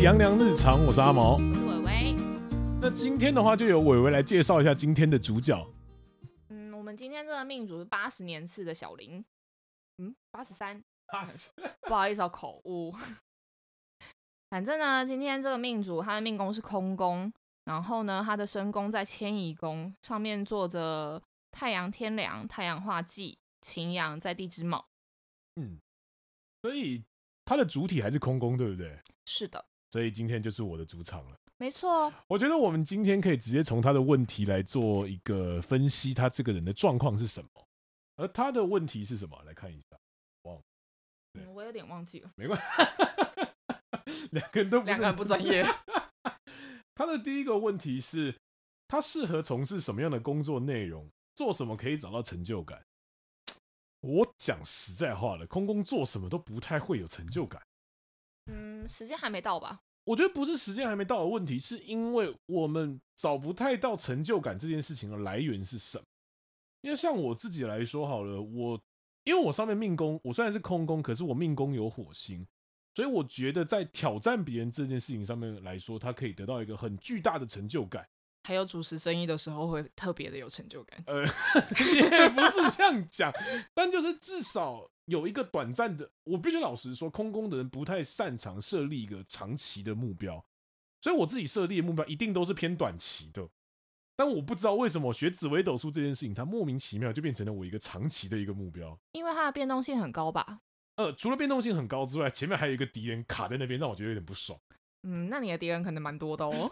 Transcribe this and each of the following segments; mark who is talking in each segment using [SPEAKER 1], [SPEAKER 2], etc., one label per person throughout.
[SPEAKER 1] 凉凉日常，我是阿毛。
[SPEAKER 2] 我是伟伟。
[SPEAKER 1] 那今天的话，就由伟伟来介绍一下今天的主角。
[SPEAKER 2] 嗯，我们今天这个命主是八十年次的小林，嗯，八十三，不好意思、哦，口误。 反正呢，今天这个命主他的命宫是空宫，然后呢，他的身宫在迁移宫，上面坐着太阳天梁、太阳化忌、擎羊在地支卯。
[SPEAKER 1] 嗯，所以它的主体还是空宫，对不对？
[SPEAKER 2] 是的，
[SPEAKER 1] 所以今天就是我的主场了。
[SPEAKER 2] 没错，哦
[SPEAKER 1] 我觉得我们今天可以直接从他的问题来做一个分析，他这个人的状况是什么，而他的问题是什么？来看一下，对
[SPEAKER 2] 嗯我有点忘记了，
[SPEAKER 1] 没关系，两个人都不是
[SPEAKER 2] 两个人不专业。
[SPEAKER 1] 他的第一个问题是，他适合从事什么样的工作内容？做什么可以找到成就感？我讲实在话了，空工做什么都不太会有成就感。
[SPEAKER 2] 嗯，时间还没到吧？
[SPEAKER 1] 我觉得不是时间还没到的问题，是因为我们找不太到成就感这件事情的来源是什么？因为像我自己来说好了，我因为我上面命宫，我虽然是空宫，可是我命宫有火星，所以我觉得在挑战别人这件事情上面来说，他可以得到一个很巨大的成就感。
[SPEAKER 2] 还有主持争议的时候会特别的有成就感。
[SPEAKER 1] 呃， 也不是这样讲，但就是至少有一个短暂的。我必须老实说，空工的人不太擅长设立一个长期的目标，所以我自己设立的目标一定都是偏短期的。但我不知道为什么学紫微斗数这件事情，它莫名其妙就变成了我一个长期的一个目标。
[SPEAKER 2] 因为它的变动性很高吧？
[SPEAKER 1] 呃，除了变动性很高之外，前面还有一个敌人卡在那边，让我觉得有点不爽。
[SPEAKER 2] 嗯，那你的敌人可能蛮多的 哦。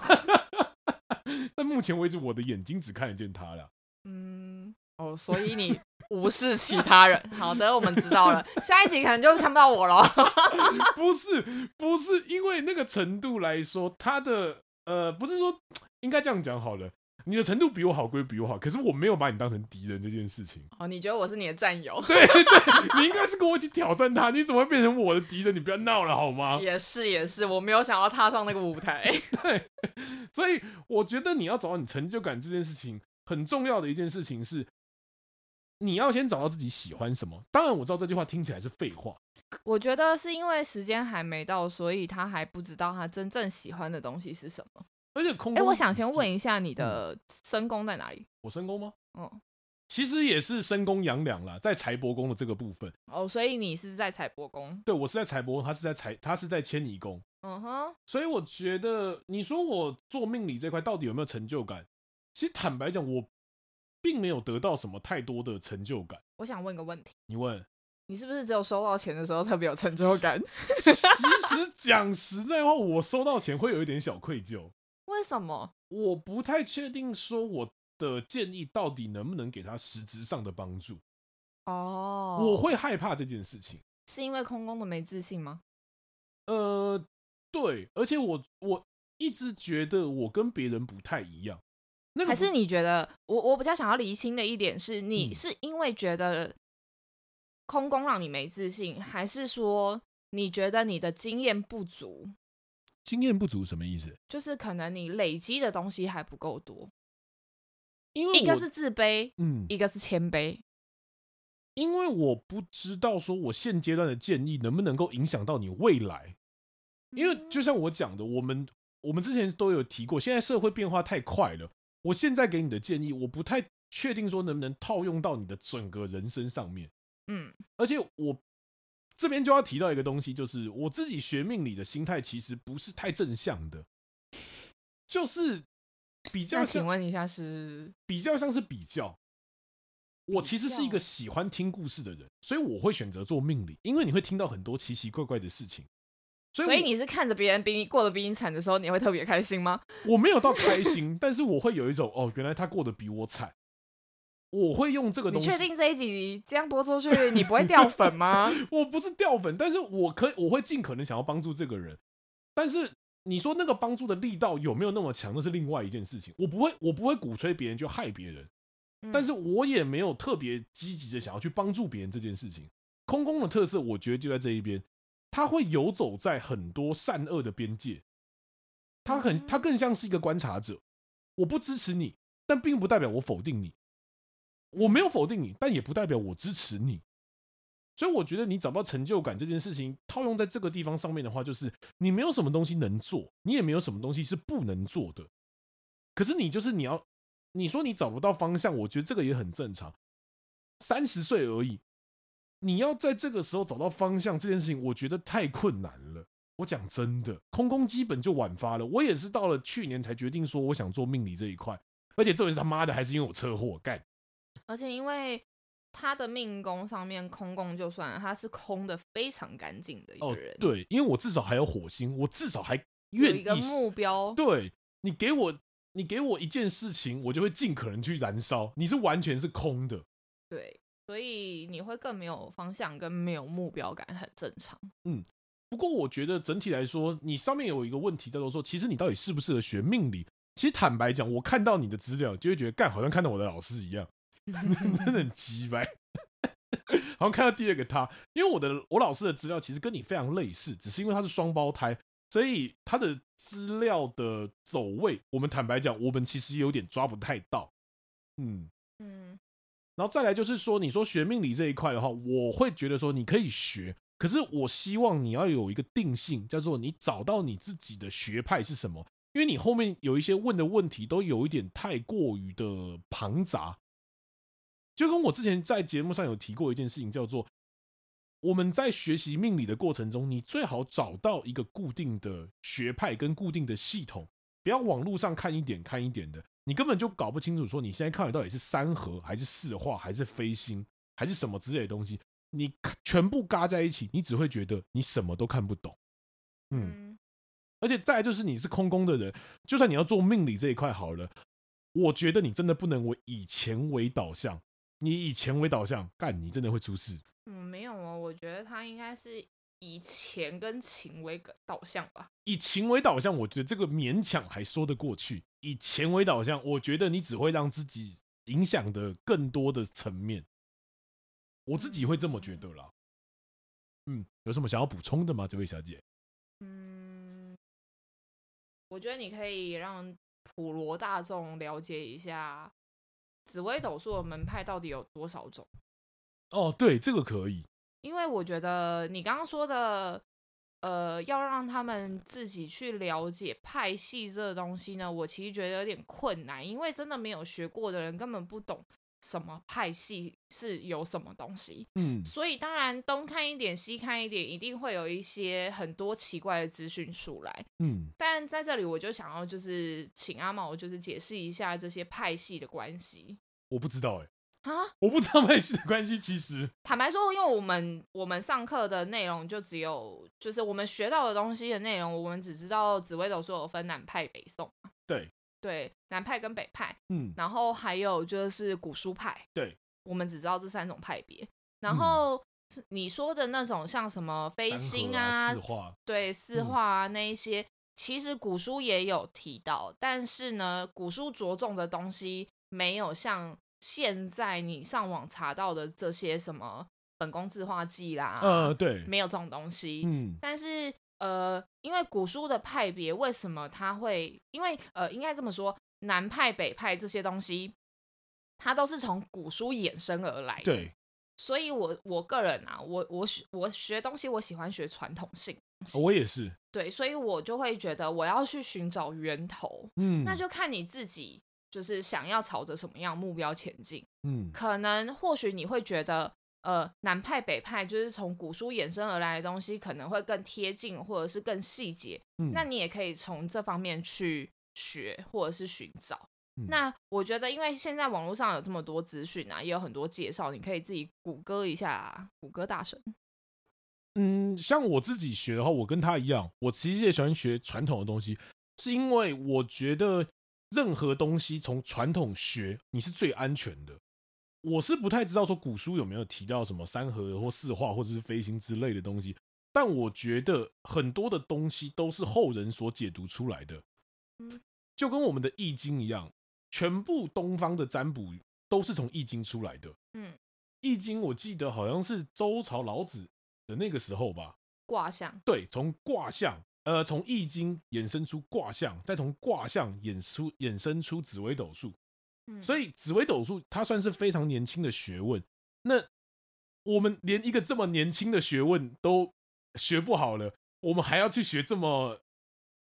[SPEAKER 1] 但目前为止，我的眼睛只看得见他了。
[SPEAKER 2] 嗯，哦，所以你无视其他人。好的，我们知道了，下一集可能就看不到我了。
[SPEAKER 1] 不是不是，因为那个程度来说，他的呃，不是说应该这样讲好了。你的程度比我好归比我好，可是我没有把你当成敌人这件事情。
[SPEAKER 2] 哦，你觉得我是你的战友？
[SPEAKER 1] 对对，你应该是跟我一起挑战他，你怎么会变成我的敌人？你不要闹了好吗？
[SPEAKER 2] 也是也是，我没有想要踏上那个舞台。
[SPEAKER 1] 所以我觉得你要找到你成就感这件事情很重要的一件事情是，你要先找到自己喜欢什么。当然我知道这句话听起来是废话，
[SPEAKER 2] 我觉得是因为时间还没到，所以他还不知道他真正喜欢的东西是什么。
[SPEAKER 1] 而且空
[SPEAKER 2] 哎、
[SPEAKER 1] 宫，
[SPEAKER 2] 我想先问一下，你的身宫在哪里？
[SPEAKER 1] 我申宫吗？
[SPEAKER 2] 哦
[SPEAKER 1] 其实也是申宫阳两啦，在财帛宫的这个部分。
[SPEAKER 2] 哦，所以你是在财帛宫。
[SPEAKER 1] 对我是在财帛宫，他是在财，他是在迁移宫，
[SPEAKER 2] 嗯哼，
[SPEAKER 1] 所以我觉得你说我做命理这块到底有没有成就感？其实坦白讲，我并没有得到什么太多的成就感。
[SPEAKER 2] 我想问个问题，
[SPEAKER 1] 你问，
[SPEAKER 2] 你是不是只有收到钱的时候特别有成就感？
[SPEAKER 1] 其实讲实在话，我收到钱会有一点小愧疚，
[SPEAKER 2] 为什么？
[SPEAKER 1] 我不太确定说我的建议到底能不能给他实质上的帮助，
[SPEAKER 2] 哦，
[SPEAKER 1] 我会害怕这件事情。
[SPEAKER 2] 是因为空宫的没自信吗？
[SPEAKER 1] 呃，对，而且我我一直觉得我跟别人不太一样，那个
[SPEAKER 2] 还
[SPEAKER 1] 不
[SPEAKER 2] 是你觉得我我比较想要厘清的一点是你
[SPEAKER 1] 嗯
[SPEAKER 2] 是因为觉得空宫让你没自信，还是说你觉得你的经验不足，
[SPEAKER 1] 经验不足什么意思？
[SPEAKER 2] 就是可能你累积的东西还不够多？
[SPEAKER 1] 因为
[SPEAKER 2] 一个
[SPEAKER 1] 我
[SPEAKER 2] 是自卑，
[SPEAKER 1] 嗯，
[SPEAKER 2] 一个是谦卑。
[SPEAKER 1] 因为我不知道说我现阶段的建议能不能够影响到你未来，因为
[SPEAKER 2] 嗯
[SPEAKER 1] 就像我讲的，我们我们之前都有提过，现在社会变化太快了，我现在给你的建议，我不太确定说能不能套用到你的整个人生上面。
[SPEAKER 2] 嗯
[SPEAKER 1] 而且我这边就要提到一个东西，就是我自己学命理的心态其实不是太正向的，就是比较
[SPEAKER 2] 那请
[SPEAKER 1] 像
[SPEAKER 2] 问一下是
[SPEAKER 1] 比较像是比较。我其实是一
[SPEAKER 2] 比较
[SPEAKER 1] 个喜欢听故事的人，所以我会选择做命理，因为你会听到很多奇奇怪怪的事情。所以
[SPEAKER 2] 所
[SPEAKER 1] 我
[SPEAKER 2] 以你是看着别人比你过得比你惨的时候，你会特别开心吗？
[SPEAKER 1] 我没有到开心， 但是我会有一种哦，原来他过得比我惨。我会用这个
[SPEAKER 2] 你
[SPEAKER 1] 东西，
[SPEAKER 2] 确定这一集这样播 出去，你不会掉粉吗？
[SPEAKER 1] 我不是掉粉，但是我可以，我会尽可能想要帮助这个人。但是你说那个帮助的力道有没有那么强，那是另外一件事情。我不会，我不会鼓吹别人就害别人， 但
[SPEAKER 2] 嗯
[SPEAKER 1] 是我也没有特别积极的想要去帮助别人这件事情。空空的特色，我觉得就在这一边，他会游走在很多善恶的边界。他很，
[SPEAKER 2] 嗯
[SPEAKER 1] 他更像是一个观察者。我不支持你，但并不代表我否定你。我没有否定你，但也不代表我支持你。所以我觉得你找不到成就感这件事情，套用在这个地方上面的话，就是你没有什么东西能做，你也没有什么东西是不能做的。可是你就是你要，你说你找不到方向，我觉得这个也很正常。三十岁而已，你要在这个时候找到方向这件事情，我觉得太困难了。我讲真的，空空基本就晚发了。我也是到了去年才决定说我想做命理这一块，而且这回是他妈的还是因为我车祸干。
[SPEAKER 2] 而且因为他的命宫上面空宫就算了，他是空的非常干净的一个人，
[SPEAKER 1] 哦对，因为我至少还有火星，我至少还
[SPEAKER 2] 有
[SPEAKER 1] 愿
[SPEAKER 2] 一个
[SPEAKER 1] 意
[SPEAKER 2] 目标，
[SPEAKER 1] 对你给我，你给我一件事情，我就会尽可能去燃烧。你是完全是空的，
[SPEAKER 2] 对，所以你会更没有方向跟没有目标感，很正常。
[SPEAKER 1] 不过我觉得整体来说，你上面有一个问题叫做说，其实你到底适不适合学命理？其实坦白讲，我看到你的资料，就会觉得干，好像看到我的老师一样，真的很鸡掰。好像看到第二个他，因为我的我老师的资料其实跟你非常类似，只是因为他是双胞胎，所以他的资料的走位，我们坦白讲，我们其实有点抓不太到。嗯，
[SPEAKER 2] 嗯，
[SPEAKER 1] 然后再来就是说，你说学命理这一块的话，我会觉得说你可以学，可是我希望你要有一个定性，叫做你找到你自己的学派是什么。因为你后面有一些问的问题都有一点太过于的庞杂，就跟我之前在节目上有提过一件事情，叫做我们在学习命理的过程中，你最好找到一个固定的学派跟固定的系统，不要网络上看一点看一点的，你根本就搞不清楚说你现在看的到底是三合还是四化还是飞星还是什么之类的东西，你看全部嘎在一起，你只会觉得你什么都看不懂。嗯，
[SPEAKER 2] 嗯
[SPEAKER 1] 而且再来就是你是空宫的人，就算你要做命理这一块好了，我觉得你真的不能为以钱为导向，你以钱为导向，干你真的会出事。
[SPEAKER 2] 嗯，没有哦，我觉得他应该是以钱跟情为个导向吧。
[SPEAKER 1] 以情为导向，我觉得这个勉强还说得过去；以钱为导向，我觉得你只会让自己影响的更多的层面。我自己会这么觉得啦。嗯，有什么想要补充的吗，这位小姐？
[SPEAKER 2] 嗯，我觉得你可以让普罗大众了解一下紫微斗数的门派到底有多少种，
[SPEAKER 1] 哦，对，这个可以。
[SPEAKER 2] 因为我觉得你刚刚说的，呃，要让他们自己去了解派系这个东西呢，我其实觉得有点困难，因为真的没有学过的人根本不懂什么派系是有什么东西。
[SPEAKER 1] 嗯，
[SPEAKER 2] 所以当然东看一点西看一点，一定会有一些很多奇怪的资讯出来。
[SPEAKER 1] 嗯，
[SPEAKER 2] 但在这里，我就想要就是请阿毛就是解释一下这些派系的关系
[SPEAKER 1] 我不知道哎、
[SPEAKER 2] 啊。
[SPEAKER 1] 我不知道派 系的关系，其实
[SPEAKER 2] 坦白说，因为我们我们上课的内容就只有就是我们学到的东西的内容，我们只知道紫微斗数有分南派北宋，
[SPEAKER 1] 对，
[SPEAKER 2] 对，南派跟北派，
[SPEAKER 1] 嗯，
[SPEAKER 2] 然后还有就是古书派，
[SPEAKER 1] 对，
[SPEAKER 2] 我们只知道这三种派别。
[SPEAKER 1] 嗯
[SPEAKER 2] 然后是你说的那种像什么飞
[SPEAKER 1] 三合
[SPEAKER 2] 星
[SPEAKER 1] 啊，
[SPEAKER 2] 啊
[SPEAKER 1] 四，化，
[SPEAKER 2] 对四
[SPEAKER 1] 嗯
[SPEAKER 2] 化啊那一些，其实古书也有提到，但是呢，古书着重的东西没有像现在你上网查到的这些什么本宫字画记啦，
[SPEAKER 1] 呃，对，
[SPEAKER 2] 啊没有这种东西。
[SPEAKER 1] 嗯，
[SPEAKER 2] 但是呃，因为古书的派别为什么它会？因为呃，应该这么说，南派、北派这些东西，它都是从古书衍生而来的。
[SPEAKER 1] 对，
[SPEAKER 2] 所以我我个人啊，我我学我学东西，我喜欢学传统性。
[SPEAKER 1] 我也是，
[SPEAKER 2] 对，所以我就会觉得我要去寻找源头，
[SPEAKER 1] 嗯，
[SPEAKER 2] 那就看你自己就是想要朝着什么样目标前进。
[SPEAKER 1] 嗯，
[SPEAKER 2] 可能或许你会觉得，呃，南派北派就是从古书衍生而来的东西，可能会更贴近或者是更细节，
[SPEAKER 1] 嗯
[SPEAKER 2] 那你也可以从这方面去学或者是寻找。
[SPEAKER 1] 嗯
[SPEAKER 2] 那我觉得，因为现在网络上有这么多资讯啊，也有很多介绍，你可以自己谷歌一下、啊谷歌大神。
[SPEAKER 1] 嗯，像我自己学的话，我跟他一样，我其实也喜欢学传统的东西，是因为我觉得任何东西从传统学你是最安全的。我是不太知道说古书有没有提到什么三合或四化或者是飞行之类的东西，但我觉得很多的东西都是后人所解读出来的
[SPEAKER 2] 嗯，
[SPEAKER 1] 就跟我们的《易经》一样，全部东方的占卜都是从《易经》出来的。
[SPEAKER 2] 嗯，
[SPEAKER 1] 易经我记得好像是周朝老子的那个时候吧，
[SPEAKER 2] 卦象，
[SPEAKER 1] 对，从卦象，呃，从易经衍生出卦象，再从卦象衍出衍生出紫微斗数，
[SPEAKER 2] 嗯
[SPEAKER 1] 所
[SPEAKER 2] 以
[SPEAKER 1] 以紫微斗数它算是非常年轻的学问。那我们连一个这么年轻的学问都学不好了，我们还要去学这么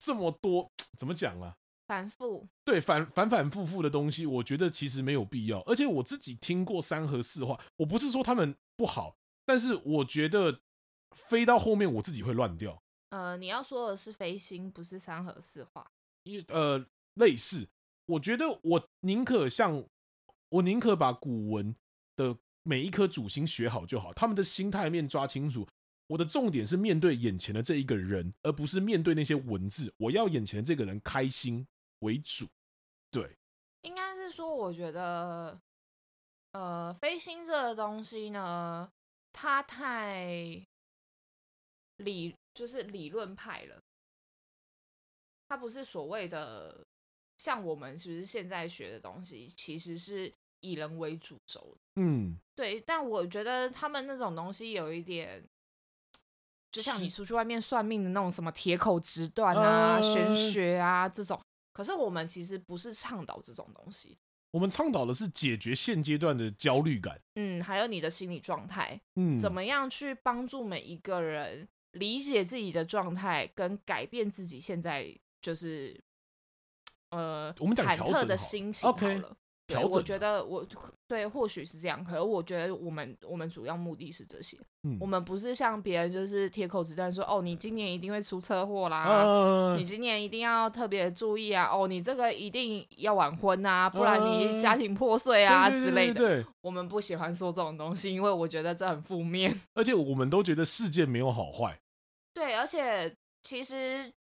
[SPEAKER 1] 这么多，怎么讲啊？
[SPEAKER 2] 反复，
[SPEAKER 1] 对反反反复复的东西，我觉得其实没有必要。而且我自己听过三和四话，我不是说他们不好，但是我觉得飞到后面我自己会乱掉。
[SPEAKER 2] 呃，你要说的是飞星，不是三和四化。
[SPEAKER 1] 一呃类似，我觉得我宁可像我宁可把古文的每一颗主星学好就好，他们的心态面抓清楚。我的重点是面对眼前的这一个人，而不是面对那些文字。我要眼前这个人开心为主。对，
[SPEAKER 2] 应该是说，我觉得，呃，飞星这个东西呢，它太理就是理论派了，它不是所谓的像我们是不是现在学的东西，其实是以人为主轴的
[SPEAKER 1] 嗯，
[SPEAKER 2] 对，但我觉得他们那种东西有一点，就像你
[SPEAKER 1] 是
[SPEAKER 2] 出去外面算命的那种什么铁口直断啊、玄
[SPEAKER 1] 呃
[SPEAKER 2] 学啊这种。可是我们其实不是倡导这种东西，
[SPEAKER 1] 我们倡导的是解决现阶段的焦虑感。
[SPEAKER 2] 嗯，还有你的心理状态，
[SPEAKER 1] 嗯，
[SPEAKER 2] 怎么样去帮助每一个人理解自己的状态，跟改变自己现在就是呃，
[SPEAKER 1] 我们讲
[SPEAKER 2] 忐
[SPEAKER 1] 调整
[SPEAKER 2] 忑
[SPEAKER 1] 好
[SPEAKER 2] 的心情好
[SPEAKER 1] OK，
[SPEAKER 2] 了。对，
[SPEAKER 1] 调
[SPEAKER 2] 我
[SPEAKER 1] 整
[SPEAKER 2] 觉
[SPEAKER 1] 啊
[SPEAKER 2] 得我对或许是这样，可是我觉得我们我们主要目的是这些。
[SPEAKER 1] 嗯
[SPEAKER 2] 我们不是像别人就是铁口直断说哦，你今年一定会出车祸啦，
[SPEAKER 1] 啊
[SPEAKER 2] 你今年一定要特别注意啊，哦，你这个一定要晚婚啊，不然你
[SPEAKER 1] 嗯
[SPEAKER 2] 家庭破碎啊
[SPEAKER 1] 对对
[SPEAKER 2] 之类
[SPEAKER 1] 对
[SPEAKER 2] 的。
[SPEAKER 1] 对对
[SPEAKER 2] 我们不喜欢说这种东西，因为我觉得这很负面。
[SPEAKER 1] 而且我们都觉得世界没有好坏。
[SPEAKER 2] 对，而且其实，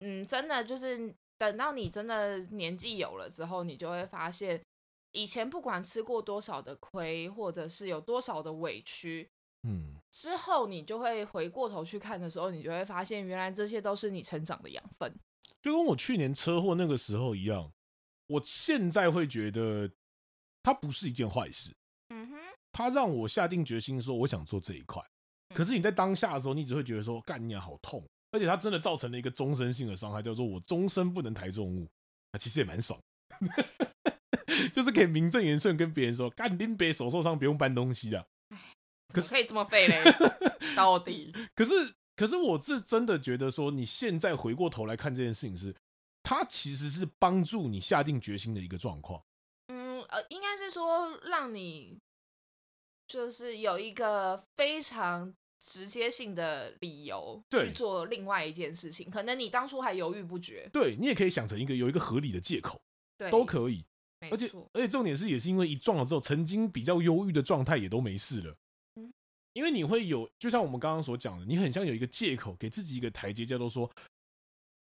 [SPEAKER 2] 嗯，真的就是等到你真的年纪有了之后，你就会发现，以前不管吃过多少的亏，或者是有多少的委屈，
[SPEAKER 1] 嗯，
[SPEAKER 2] 之后你就会回过头去看的时候，你就会发现原来这些都是你成长的养分。
[SPEAKER 1] 就跟我去年车祸那个时候一样，我现在会觉得它不是一件坏事，
[SPEAKER 2] 嗯哼，
[SPEAKER 1] 它让我下定决心说我想做这一块。可是你在当下的时候，你只会觉得说干你娘好痛，而且它真的造成了一个终身性的伤害，叫做我终身不能抬重物。啊，其实也蛮爽， 就是可以名正言顺跟别人说干林北手受伤不用搬东西啊。可
[SPEAKER 2] 怎么
[SPEAKER 1] 是
[SPEAKER 2] 可以这么废嘞？到底？
[SPEAKER 1] 可是，可是我是真的觉得说，你现在回过头来看这件事情是，它其实是帮助你下定决心的一个状况。
[SPEAKER 2] 嗯，呃，应该是说让你就是有一个非常直接性的理由去
[SPEAKER 1] 对
[SPEAKER 2] 做另外一件事情，可能你当初还犹豫不决，
[SPEAKER 1] 对你也可以想成一个有一个合理的借口，
[SPEAKER 2] 对，
[SPEAKER 1] 都可以。
[SPEAKER 2] 没
[SPEAKER 1] 而且
[SPEAKER 2] 错，
[SPEAKER 1] 而且重点是，也是因为一撞了之后，曾经比较忧郁的状态也都没事了
[SPEAKER 2] 嗯。
[SPEAKER 1] 因为你会有，就像我们刚刚所讲的，你很像有一个借口，给自己一个台阶，叫做说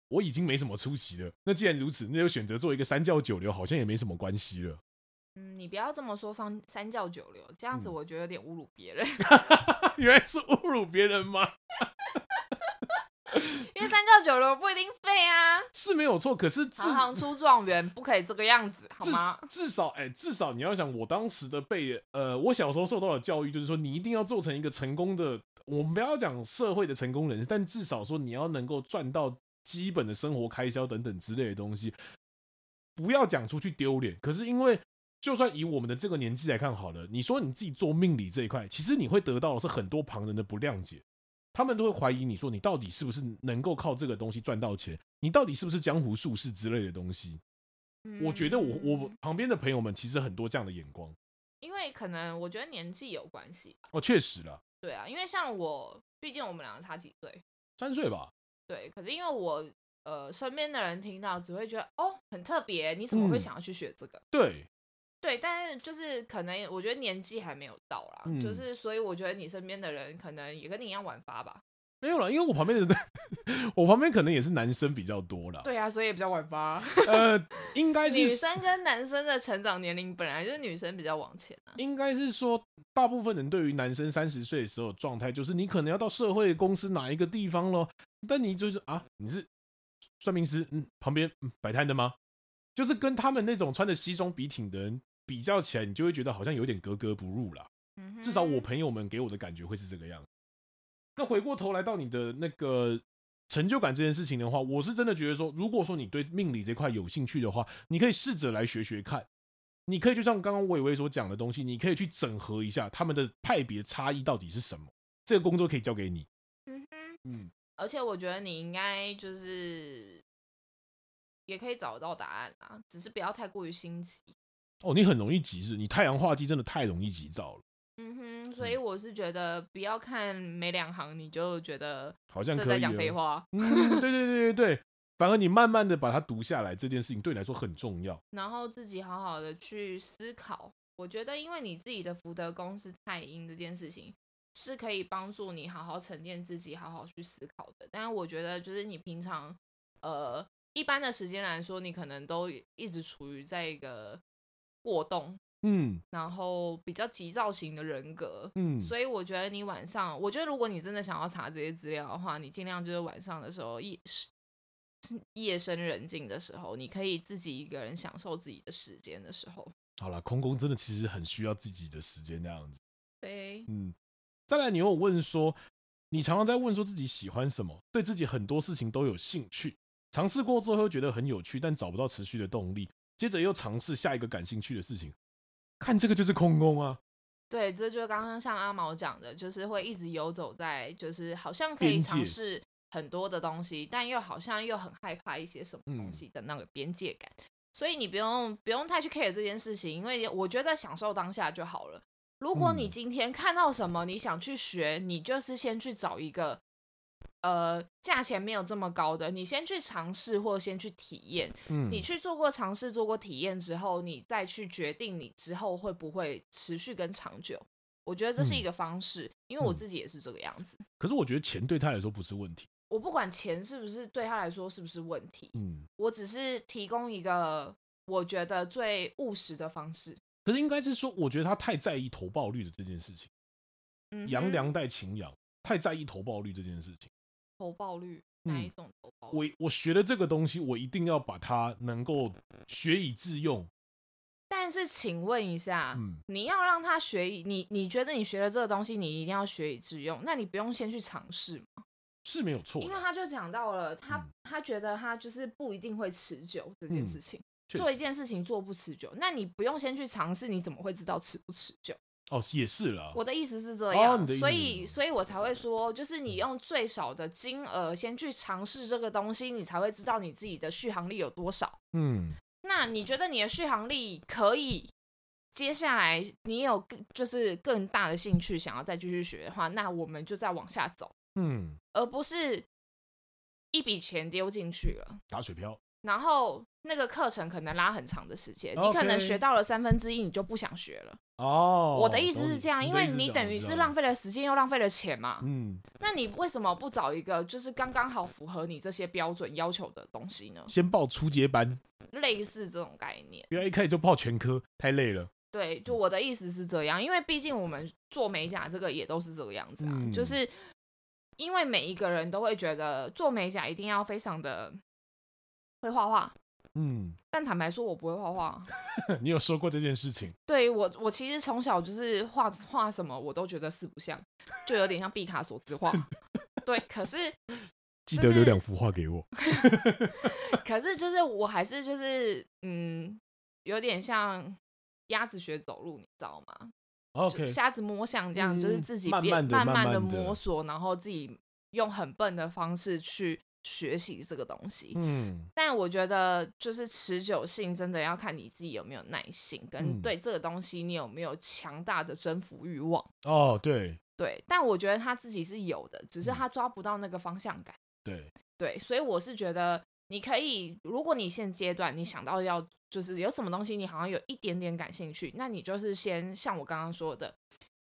[SPEAKER 1] 我已经没什么出息了。那既然如此，那就选择做一个三教九流，好像也没什么关系了。
[SPEAKER 2] 嗯，你不要这么说三三教九流，这样子
[SPEAKER 1] 嗯
[SPEAKER 2] 我觉得有点侮辱 别人，
[SPEAKER 1] 原来是侮辱别人吗？
[SPEAKER 2] 因为三教九流不一定废啊，
[SPEAKER 1] 是没有错，可是至
[SPEAKER 2] 行行出状元，不可以这个样子，好
[SPEAKER 1] 至
[SPEAKER 2] 吗？
[SPEAKER 1] 至少，哎、至少你要想，我当时的被呃，我小时候受到的教育就是说，你一定要做成一个成功的，我们不要讲社会的成功人士，但至少说你要能够赚到基本的生活开销等等之类的东西，不要讲出去丢脸。可是因为就算以我们的这个年纪来看好了，你说你自己做命理这一块，其实你会得到的是很多旁人的不谅解。他们都会怀疑你说你到底是不是能够靠这个东西赚到钱，你到底是不是江湖术士之类的东西。我觉得我我
[SPEAKER 2] 嗯
[SPEAKER 1] 旁边的朋友们其实很多这样的眼光
[SPEAKER 2] 因为可能我觉得年纪有关系吧，
[SPEAKER 1] 哦，确实啦，
[SPEAKER 2] 对啊，因为像我，毕竟我们两个差几岁，
[SPEAKER 1] 三岁吧，
[SPEAKER 2] 对，可是因为我呃身边的人听到只会觉得哦很特别，你怎么会
[SPEAKER 1] 嗯
[SPEAKER 2] 想要去学这个？
[SPEAKER 1] 对，
[SPEAKER 2] 对，但是就是可能我觉得年纪还没有到啦，就
[SPEAKER 1] 嗯
[SPEAKER 2] 是所以我觉得你身边的人可能也跟你一样晚发吧，
[SPEAKER 1] 没有啦，因为我旁边的 我旁边可能也是男生比较多啦，
[SPEAKER 2] 对啊，所以也比较晚 发。
[SPEAKER 1] 呃，应该
[SPEAKER 2] 女
[SPEAKER 1] 是
[SPEAKER 2] 生跟男生的成长年龄本来就是女生比较往前啊，
[SPEAKER 1] 应该是说，大部分人对于男生三十岁的时候的状态，就是你可能要到社会公司哪一个地方咯，但你就是啊，你是算命师，嗯，旁边嗯摆摊的吗？就是跟他们那种穿着西装笔挺的人比较起来，你就会觉得好像有点格格不入啦。
[SPEAKER 2] 嗯哼
[SPEAKER 1] 至少我朋友们给我的感觉会是这个样子。那回过头来到你的那个成就感这件事情的话，我是真的觉得说，如果说你对命理这块有兴趣的话，你可以试着来学学看。你可以就像刚刚伟伟所讲的东西，你可以去整合一下他们的派别差异到底是什么。这个工作可以交给你。
[SPEAKER 2] 嗯哼，
[SPEAKER 1] 嗯，
[SPEAKER 2] 而且我觉得你应该就是也可以找到答案啊，只是不要太过于心急。
[SPEAKER 1] 哦，你很容易急是，你太阳化忌真的太容易急躁了，
[SPEAKER 2] 嗯哼，所以我是觉得不要看没两行你就觉得
[SPEAKER 1] 好像
[SPEAKER 2] 这
[SPEAKER 1] 可
[SPEAKER 2] 在
[SPEAKER 1] 以
[SPEAKER 2] 讲废
[SPEAKER 1] 哦。
[SPEAKER 2] 话，
[SPEAKER 1] 嗯，对对对对对，反而你慢慢的把它读下来，这件事情对你来说很重要。
[SPEAKER 2] 然后自己好好的去思考。我觉得，因为你自己的福德宫是太阴这件事情，是可以帮助你好好沉淀自己，好好去思考的。但我觉得，就是你平常呃一般的时间来说，你可能都一直处于在一个过动，
[SPEAKER 1] 嗯
[SPEAKER 2] 然后比较急躁型的人格，
[SPEAKER 1] 嗯，
[SPEAKER 2] 所以我觉得你晚上，我觉得如果你真的想要查这些资料的话，你尽量就是晚上的时候夜是夜深人静的时候，你可以自己一个人享受自己的时间的时候。
[SPEAKER 1] 好了，空宫真的其实很需要自己的时间那样子。
[SPEAKER 2] 对，
[SPEAKER 1] 嗯，再来，你有问说，你常常在问说自己喜欢什么，对自己很多事情都有兴趣，尝试过之后又觉得很有趣，但找不到持续的动力，接着又尝试下一个感兴趣的事情，看这个就是空宫啊，
[SPEAKER 2] 对，这就是刚刚像阿毛讲的，就是会一直游走在，就是好像可以
[SPEAKER 1] 边
[SPEAKER 2] 尝
[SPEAKER 1] 界
[SPEAKER 2] 试很多的东西，但又好像又很害怕一些什么东
[SPEAKER 1] 嗯
[SPEAKER 2] 西的那个边界感。所以你不用不用太去 care 这件事情，因为我觉得享受当下就好了。如果你
[SPEAKER 1] 嗯
[SPEAKER 2] 今天看到什么你想去学，你就是先去找一个呃价钱没有这么高的，你先去尝试或先去体验。
[SPEAKER 1] 嗯，
[SPEAKER 2] 你去做过尝试、做过体验之后，你再去决定你之后会不会持续跟长久。我觉得这是一
[SPEAKER 1] 嗯
[SPEAKER 2] 个方式，因为我
[SPEAKER 1] 嗯
[SPEAKER 2] 自己也是这个样子。
[SPEAKER 1] 可是我觉得钱对他来说不是问题，
[SPEAKER 2] 我不管钱是不是对他来说是不是问题，
[SPEAKER 1] 嗯，
[SPEAKER 2] 我只是提供一个我觉得最务实的方式。
[SPEAKER 1] 可是应该是说，我觉得他太在意投报率的这件事情，
[SPEAKER 2] 嗯哼，
[SPEAKER 1] 杨良带秦阳，太在意投报率这件事情。
[SPEAKER 2] 投报率哪一
[SPEAKER 1] 嗯
[SPEAKER 2] 种投报率？
[SPEAKER 1] 我我学了这个东西，我一定要把它能够学以致用，
[SPEAKER 2] 但是请问一下，
[SPEAKER 1] 嗯
[SPEAKER 2] 你要让他学以，你你觉得你学了这个东西，你一定要学以致用，那你不用先去尝试吗？
[SPEAKER 1] 是没有错的。
[SPEAKER 2] 因为他就讲到了，他、
[SPEAKER 1] 嗯
[SPEAKER 2] 他觉得他就是不一定会持久这件
[SPEAKER 1] 嗯
[SPEAKER 2] 事情，
[SPEAKER 1] 确
[SPEAKER 2] 做
[SPEAKER 1] 实
[SPEAKER 2] 一件事情做不持久，那你不用先去尝试，你怎么会知道持不持久？
[SPEAKER 1] 哦，也是啦。
[SPEAKER 2] 我的意思是这
[SPEAKER 1] 哦
[SPEAKER 2] 样，
[SPEAKER 1] 你的意
[SPEAKER 2] 所
[SPEAKER 1] 思
[SPEAKER 2] 以所以我才会说，就是你
[SPEAKER 1] 嗯
[SPEAKER 2] 用最少的金额先去尝试这个东西，你才会知道你自己的续航力有多少。
[SPEAKER 1] 嗯，
[SPEAKER 2] 那你觉得你的续航力可以？接下来你有更就是更大的兴趣想要再继续学的话，那我们就再往下走。
[SPEAKER 1] 嗯，
[SPEAKER 2] 而不是一笔钱丢进去了，
[SPEAKER 1] 打水漂，
[SPEAKER 2] 然后那个课程可能拉很长的时间，你
[SPEAKER 1] OK
[SPEAKER 2] 可能学到了三分之一，你就不想学了。
[SPEAKER 1] 哦，
[SPEAKER 2] 我的意思
[SPEAKER 1] 懂
[SPEAKER 2] 是
[SPEAKER 1] 你
[SPEAKER 2] 这样，因为
[SPEAKER 1] 你
[SPEAKER 2] 你
[SPEAKER 1] 的意思
[SPEAKER 2] 等于
[SPEAKER 1] 这
[SPEAKER 2] 是
[SPEAKER 1] 样
[SPEAKER 2] 浪，费了时间又浪费了钱嘛
[SPEAKER 1] 我知道。嗯，
[SPEAKER 2] 那你为什么不找一个就是刚刚好符合你这些标准要求的东西呢？
[SPEAKER 1] 先报初阶班，
[SPEAKER 2] 类似这种概念，
[SPEAKER 1] 不要一开始就报全科，太累了。
[SPEAKER 2] 对，
[SPEAKER 1] 嗯
[SPEAKER 2] 就我的意思是这样，因为毕竟我们做美甲这个也都是这个样子啊，
[SPEAKER 1] 嗯
[SPEAKER 2] 就是因为每一个人都会觉得做美甲一定要非常的会画画，
[SPEAKER 1] 嗯，
[SPEAKER 2] 但坦白说，我不会画画。
[SPEAKER 1] 你有说过这件事情？
[SPEAKER 2] 对我，我其实从小就是画画什么，我都觉得四不像，就有点像毕卡索之画。 对，可是
[SPEAKER 1] 记
[SPEAKER 2] 就
[SPEAKER 1] 得留
[SPEAKER 2] 是
[SPEAKER 1] 两幅画给我。
[SPEAKER 2] 可是就是我还是就是嗯，有点像鸭子学走路，你知道吗？就
[SPEAKER 1] OK，
[SPEAKER 2] 瞎子摸象这样，就是
[SPEAKER 1] 嗯
[SPEAKER 2] 自己
[SPEAKER 1] 慢
[SPEAKER 2] 变
[SPEAKER 1] 慢地慢
[SPEAKER 2] 慢地
[SPEAKER 1] 慢地
[SPEAKER 2] 摸索，然后自己用很笨的方式去学习这个东西。
[SPEAKER 1] 嗯，
[SPEAKER 2] 但我觉得，就是持久性真的要看你自己有没有耐性，跟
[SPEAKER 1] 嗯
[SPEAKER 2] 对这个东西你有没有强大的征服欲望。
[SPEAKER 1] 哦，对
[SPEAKER 2] 对，但我觉得他自己是有的，只是
[SPEAKER 1] 嗯
[SPEAKER 2] 他抓不到那个方向感。
[SPEAKER 1] 对，
[SPEAKER 2] 对，所以我是觉得，你可以，如果你现阶段你想到要，就是有什么东西你好像有一点点感兴趣，那你就是先像我刚刚说的，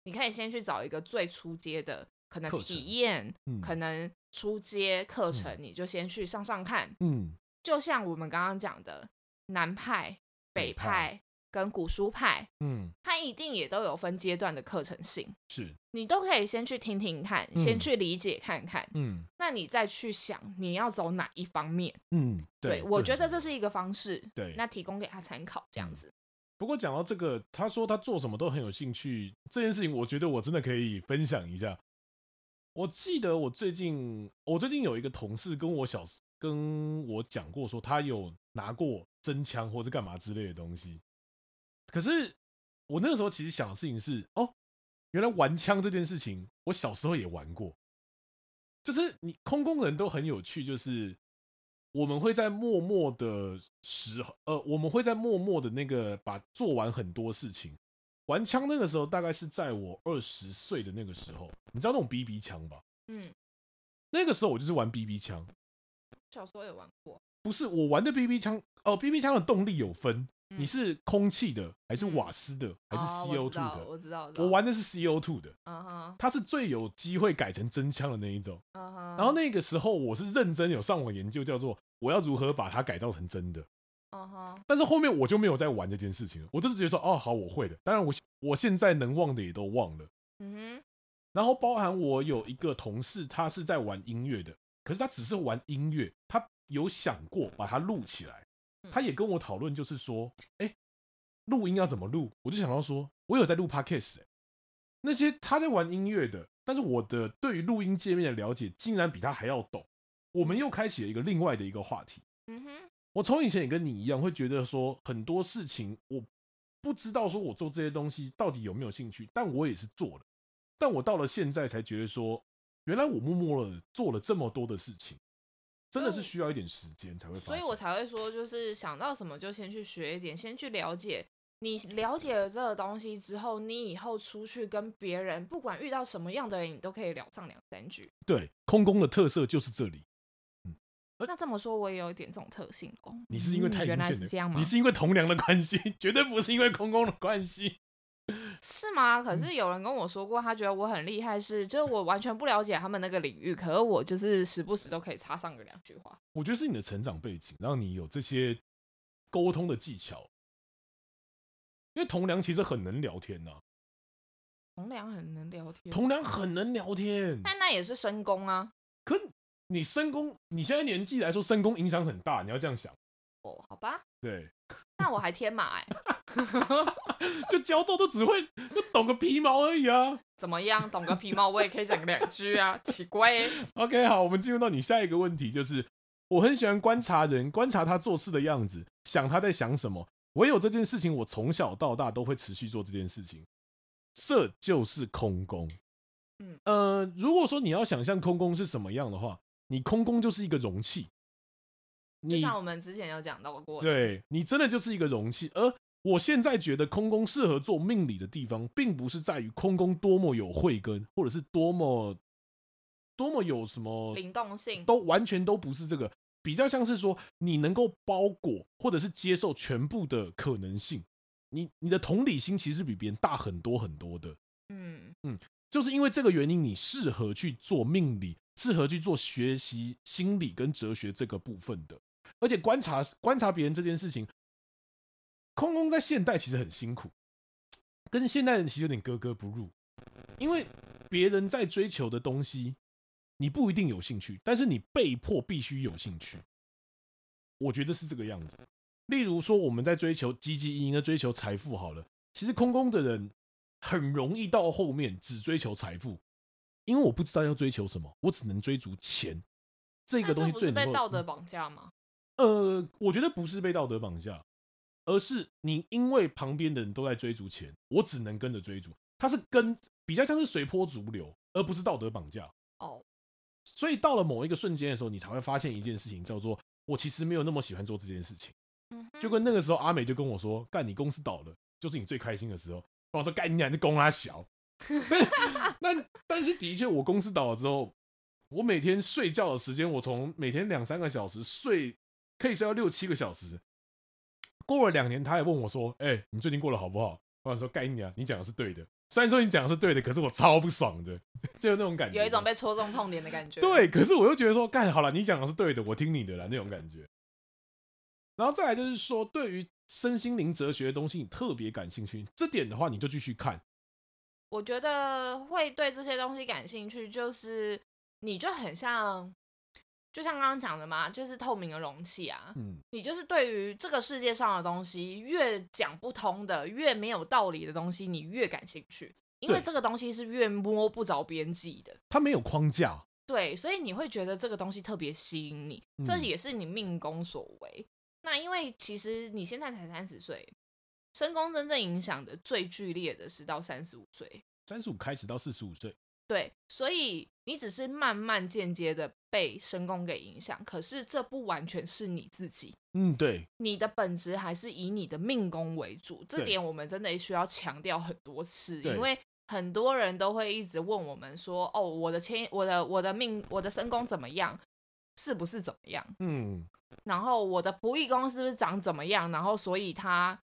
[SPEAKER 2] 你可以先去找一个最初阶的，可能
[SPEAKER 1] 课程
[SPEAKER 2] 体验，
[SPEAKER 1] 嗯
[SPEAKER 2] 可能初阶课程，你就先去上上看。
[SPEAKER 1] 嗯，
[SPEAKER 2] 就像我们刚刚讲的南派、北
[SPEAKER 1] 北派
[SPEAKER 2] 派跟古书派，
[SPEAKER 1] 嗯，
[SPEAKER 2] 它一定也都有分阶段的课程性，
[SPEAKER 1] 是，
[SPEAKER 2] 你都可以先去听听看，先
[SPEAKER 1] 嗯
[SPEAKER 2] 去理解看看，
[SPEAKER 1] 嗯
[SPEAKER 2] 那你再去想你要走哪一方面。
[SPEAKER 1] 嗯，对，
[SPEAKER 2] 我觉得
[SPEAKER 1] 很
[SPEAKER 2] 这是一个方式，
[SPEAKER 1] 对嗯
[SPEAKER 2] 那提供给他参考这样子。
[SPEAKER 1] 不过讲到这个，他说他做什么都很有兴趣，这件事情我觉得我真的可以分享一下。我记得我最近，我最近有一个同事跟我小跟我讲过，说他有拿过真枪或是干嘛之类的东西。可是我那个时候其实想的事情是，哦，原来玩枪这件事情，我小时候也玩过。就是你空工人都很有趣，就是我们会在默默的时候，呃，我们会在默默的那个把做完很多事情。玩枪那个时候大概是在我二十岁的那个时候，你知道那种 BB 枪吧？
[SPEAKER 2] 嗯，
[SPEAKER 1] 那个时候我就是玩 BB 枪，
[SPEAKER 2] 小时候也玩过。
[SPEAKER 1] 不是我玩的 BB 枪哦，BB 枪的动力有分，
[SPEAKER 2] 嗯
[SPEAKER 1] 你是空气的，还是
[SPEAKER 2] 嗯
[SPEAKER 1] 瓦斯的，还是
[SPEAKER 2] 哦
[SPEAKER 1] CO2
[SPEAKER 2] 我知道，
[SPEAKER 1] 的？
[SPEAKER 2] 我知道，我知道
[SPEAKER 1] 我，玩的是 CO2 的，
[SPEAKER 2] 嗯哼，
[SPEAKER 1] 它是最有机会改成真枪的那一种。
[SPEAKER 2] 嗯哼。
[SPEAKER 1] 然后，那个时候我是认真有上网研究，叫做我要如何把它改造成真的。
[SPEAKER 2] 嗯哼，
[SPEAKER 1] 但是后面我就没有再玩这件事情了，我就是觉得说，哦，好，我会的。当然我我现在能忘的也都忘了。
[SPEAKER 2] 嗯
[SPEAKER 1] 然后包含我有一个同事，他是在玩音乐的，可是他只是玩音乐，他有想过把它录起来
[SPEAKER 2] 嗯。
[SPEAKER 1] 他也跟我讨论，就是说，哎、录音要怎么录？我就想到说，我有在录 podcast，、欸、那些他在玩音乐的，但是我的对于录音界面的了解，竟然比他还要懂。我们又开启了一个另外的一个话题。
[SPEAKER 2] 哼，嗯哼，
[SPEAKER 1] 我从以前也跟你一样，会觉得说很多事情我不知道，说我做这些东西到底有没有兴趣，但我也是做了。但我到了现在才觉得说，原来我默默的做了这么多的事情，真的是需要一点时间才会发
[SPEAKER 2] 嗯所
[SPEAKER 1] 现。
[SPEAKER 2] 以我才会说，就是想到什么就先去学一点，先去了解。你了解了这个东西之后，你以后出去跟别人，不管遇到什么样的人，你都可以聊上两三句。
[SPEAKER 1] 对空宫的特色就是这里，呃
[SPEAKER 2] 那这么说，我也有一点这种特性哦。
[SPEAKER 1] 你是因为
[SPEAKER 2] 嗯
[SPEAKER 1] 太
[SPEAKER 2] 原
[SPEAKER 1] 明
[SPEAKER 2] 来
[SPEAKER 1] 显
[SPEAKER 2] 是
[SPEAKER 1] 了，
[SPEAKER 2] 这样吗？
[SPEAKER 1] 你是因为同梁的关系，绝对不是因为空宫的关系。
[SPEAKER 2] 是吗？
[SPEAKER 1] 嗯
[SPEAKER 2] 可是有人跟我说过，他觉得我很厉害是，就是我完全不了解他们那个领域，可是我就是时不时都可以插上个两句话。
[SPEAKER 1] 我觉得是你的成长背景，让你有这些沟通的技巧。因为同梁其实很能聊天呐、
[SPEAKER 2] 同僚很能聊天，
[SPEAKER 1] 同梁很能聊天，
[SPEAKER 2] 但那也是深宫啊。
[SPEAKER 1] 可你身宫，你现在年纪来说，身宫影响很大，你要这样想。
[SPEAKER 2] 哦，好吧，
[SPEAKER 1] 对，
[SPEAKER 2] 那我还天马 哎、
[SPEAKER 1] 就焦躁都只会就懂个皮毛而已啊。
[SPEAKER 2] 怎么样？懂个皮毛，我也可以讲两句啊，奇怪、欸。
[SPEAKER 1] OK，好，我们进入到你下一个问题，就是我很喜欢观察人，观察他做事的样子，想他在想什么。唯有这件事情，我从小到大都会持续做这件事情，这就是空宫。
[SPEAKER 2] 嗯
[SPEAKER 1] 呃，如果说你要想象空宫是什么样的话，你空宫就是一个容器，
[SPEAKER 2] 就
[SPEAKER 1] 你
[SPEAKER 2] 像我们之前有讲到过，，
[SPEAKER 1] 对你真的就是一个容器。而我现在觉得空宫适合做命理的地方，并不是在于空宫多么有慧根，或者是多么多么有什么，
[SPEAKER 2] 灵动性，
[SPEAKER 1] 都完全都不是这个。比较像是说，你能够包裹或者是接受全部的可能性，你你的同理心其实比别人大很多很多的。
[SPEAKER 2] 嗯
[SPEAKER 1] 就是因为这个原因，你适合去做命理，适合去做学习心理跟哲学这个部分的。而且观察观察别人这件事情，空空在现代其实很辛苦，跟现代人其实有点格格不入，因为别人在追求的东西，你不一定有兴趣，但是你被迫必须有兴趣。我觉得是这个样子。例如说，我们在追求积极、应该追求财富好了，其实空空的人很容易到后面只追求财富，因为我不知道要追求什么，我只能追逐钱。这
[SPEAKER 2] 那
[SPEAKER 1] 个东西
[SPEAKER 2] 不是
[SPEAKER 1] 最能嗯
[SPEAKER 2] 被
[SPEAKER 1] 够
[SPEAKER 2] 道德绑架吗？
[SPEAKER 1] 呃，我觉得不是被道德绑架，而是你因为旁边的人都在追逐钱，我只能跟着追逐。它是跟比较像是随波逐流，而不是道德绑架。
[SPEAKER 2] 哦，
[SPEAKER 1] 所以到了某一个瞬间的时候，你才会发现一件事情，叫做我其实没有那么喜欢做这件事情。
[SPEAKER 2] 嗯哼，
[SPEAKER 1] 就跟那个时候阿美就跟我说：“干，你公司倒了，就是你最开心的时候。”然后我说：“干，你俩是公阿 小。 但”但是的确，我公司倒了之后，我每天睡觉的时间，我从每天两三个小时睡，可以睡到六七个小时。过了两年，他也问我说：“哎、你最近过得好不好？”我想说：“干你娘，你讲的是对的。虽然说你讲的是对的，可是我超不爽的，就有那种感觉，
[SPEAKER 2] 有一种被戳中痛点的感觉。
[SPEAKER 1] 对，可是我又觉得说，干好了，你讲的是对的，我听你的啦，那种感觉。然后再来就是说，对于身心灵哲学的东西，你特别感兴趣，这点的话，你就继续看。
[SPEAKER 2] 我觉得会对这些东西感兴趣，就是你就很像，就像刚刚讲的嘛，就是透明的容器啊。
[SPEAKER 1] 嗯，
[SPEAKER 2] 你就是对于这个世界上的东西，越讲不通的、越没有道理的东西，你越感兴趣，因为
[SPEAKER 1] 对
[SPEAKER 2] 这个东西是越摸不着边际的。
[SPEAKER 1] 它没有框架，
[SPEAKER 2] 对，所以你会觉得这个东西特别吸引你，这
[SPEAKER 1] 嗯
[SPEAKER 2] 也是你命宫所为。那因为其实你现在才三十岁，身宫真正影响的最剧烈的是到三十五岁，
[SPEAKER 1] 三十五开始到四十五岁，
[SPEAKER 2] 对，所以你只是慢慢间接的被身宫给影响，可是这不完全是你自己，
[SPEAKER 1] 嗯，对，
[SPEAKER 2] 你的本质还是以你的命宫为主，这
[SPEAKER 1] 对
[SPEAKER 2] 点我们真的需要强调很多次，
[SPEAKER 1] 对
[SPEAKER 2] 因为很多人都会一直问我们说，哦，我的迁，我的我的命，我的身宫怎么样，是不是怎么样？
[SPEAKER 1] 嗯，
[SPEAKER 2] 然后我的仆役宫是不是长怎么样？然后所以他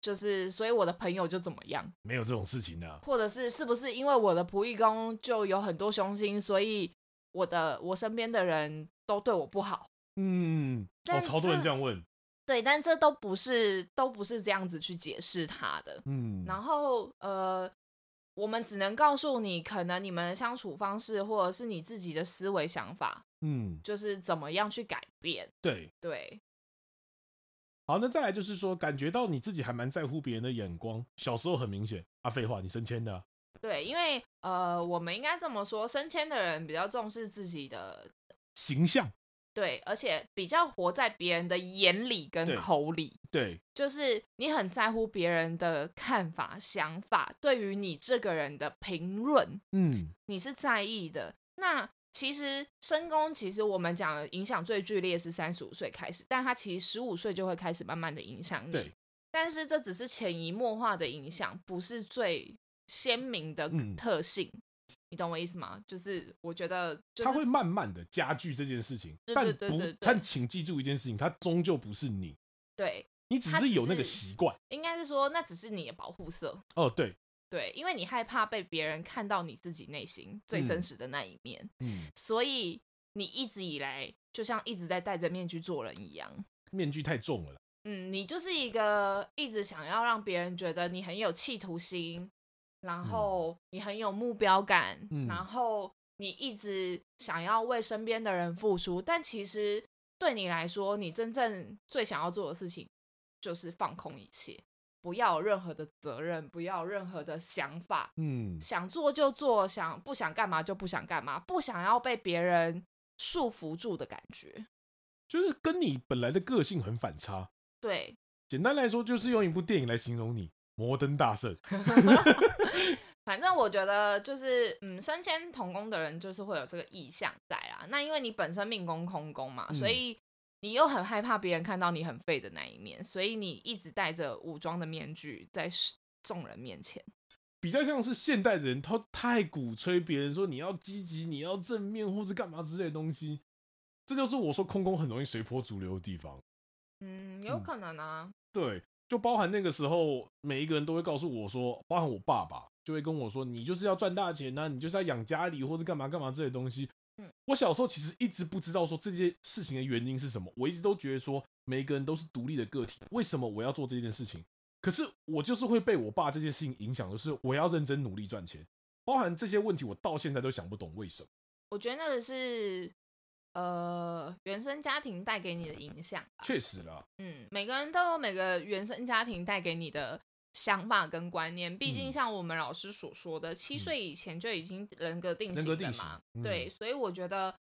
[SPEAKER 2] 就是，所以我的朋友就怎么样，
[SPEAKER 1] 没有这种事情的、啊，
[SPEAKER 2] 或者是是不是因为我的仆役宫就有很多雄心，所以我的我身边的人都对我不好？
[SPEAKER 1] 嗯，哦，
[SPEAKER 2] 但
[SPEAKER 1] 超多人
[SPEAKER 2] 这
[SPEAKER 1] 这样问，
[SPEAKER 2] 对，但这都不是都不是这样子去解释他的。
[SPEAKER 1] 嗯，
[SPEAKER 2] 然后呃，我们只能告诉你，可能你们的相处方式，或者是你自己的思维想法，
[SPEAKER 1] 嗯，
[SPEAKER 2] 就是怎么样去改变。
[SPEAKER 1] 对，
[SPEAKER 2] 对，
[SPEAKER 1] 好，那再来就是说，感觉到你自己还蛮在乎别人的眼光，小时候很明显啊，废话，你升迁的啊、
[SPEAKER 2] 对，因为呃，我们应该这么说，升迁的人比较重视自己的，
[SPEAKER 1] 形象，
[SPEAKER 2] 对，而且比较活在别人的眼里跟
[SPEAKER 1] 对
[SPEAKER 2] 口里，
[SPEAKER 1] 对，
[SPEAKER 2] 就是你很在乎别人的看法、想法，对于你这个人的评论，
[SPEAKER 1] 嗯，
[SPEAKER 2] 你是在意的。那其实身宫，其实我们讲的影响最剧烈是三十五岁开始，但它其实十五岁就会开始慢慢的影响你。
[SPEAKER 1] 对，
[SPEAKER 2] 但是这只是潜移默化的影响，不是最鲜明的
[SPEAKER 1] 嗯
[SPEAKER 2] 特性。你懂我意思吗？就是我觉得，就
[SPEAKER 1] 他
[SPEAKER 2] 是
[SPEAKER 1] 会慢慢的加剧这件事情，
[SPEAKER 2] 对
[SPEAKER 1] 但
[SPEAKER 2] 对对
[SPEAKER 1] 不
[SPEAKER 2] 对对，
[SPEAKER 1] 但请记住一件事情，他终究不是你，
[SPEAKER 2] 对，
[SPEAKER 1] 你只
[SPEAKER 2] 他
[SPEAKER 1] 是
[SPEAKER 2] 只
[SPEAKER 1] 有那个
[SPEAKER 2] 是
[SPEAKER 1] 习惯，
[SPEAKER 2] 应该是说那只是你的保护色，
[SPEAKER 1] 哦，对，
[SPEAKER 2] 对，因为你害怕被别人看到你自己内心最
[SPEAKER 1] 嗯
[SPEAKER 2] 真实的那一面，
[SPEAKER 1] 嗯，
[SPEAKER 2] 所以你一直以来就像一直在戴着面具做人一样。
[SPEAKER 1] 面具太重了啦，
[SPEAKER 2] 嗯，你就是一个一直想要让别人觉得你很有企图心，然后你很有目标感，
[SPEAKER 1] 嗯
[SPEAKER 2] 然后你一直想要为身边的人付出，但其实对你来说，你真正最想要做的事情就是放空一切，不要有任何的责任，不要有任何的想法，
[SPEAKER 1] 嗯，
[SPEAKER 2] 想做就做，想不想干嘛就不想干嘛，不想要被别人束缚住的感觉。
[SPEAKER 1] 就是跟你本来的个性很反差，
[SPEAKER 2] 对，
[SPEAKER 1] 简单来说，就是用一部电影来形容你，《摩登大 圣》。
[SPEAKER 2] 反正我觉得就是，嗯，升迁同宫的人就是会有这个意向在啦。那因为你本身命宫空宫嘛，
[SPEAKER 1] 嗯
[SPEAKER 2] 所以你又很害怕别人看到你很废的那一面，所以你一直戴着武装的面具在世众人面前。
[SPEAKER 1] 比较像是现代人，他太鼓吹别人说你要积极，你要正面，或是干嘛之类的东西。这就是我说空空很容易随波逐流的地方。
[SPEAKER 2] 嗯，有
[SPEAKER 1] 嗯
[SPEAKER 2] 可能啊，
[SPEAKER 1] 对，就包含那个时候，每一个人都会告诉我说，包含我爸爸就会跟我说，你就是要赚大钱呐、你就是要养家里，或是干嘛干嘛之类的东西
[SPEAKER 2] 嗯。
[SPEAKER 1] 我小时候其实一直不知道说这些事情的原因是什么，我一直都觉得说每一个人都是独立的个体，为什么我要做这件事情？可是我就是会被我爸这件事情影响，就是我要认真努力赚钱。包含这些问题，我到现在都想不懂为什么。
[SPEAKER 2] 我觉得那个是呃原生家庭带给你的影响吧。
[SPEAKER 1] 确实啦，
[SPEAKER 2] 嗯，每个人都有每个原生家庭带给你的想法跟观念，毕
[SPEAKER 1] 嗯
[SPEAKER 2] 竟像我们老师所说的，七
[SPEAKER 1] 嗯
[SPEAKER 2] 岁以前就已经人格定
[SPEAKER 1] 人格
[SPEAKER 2] 型
[SPEAKER 1] 定
[SPEAKER 2] 了
[SPEAKER 1] 型
[SPEAKER 2] 嘛。
[SPEAKER 1] 嗯
[SPEAKER 2] 对，所以我觉得，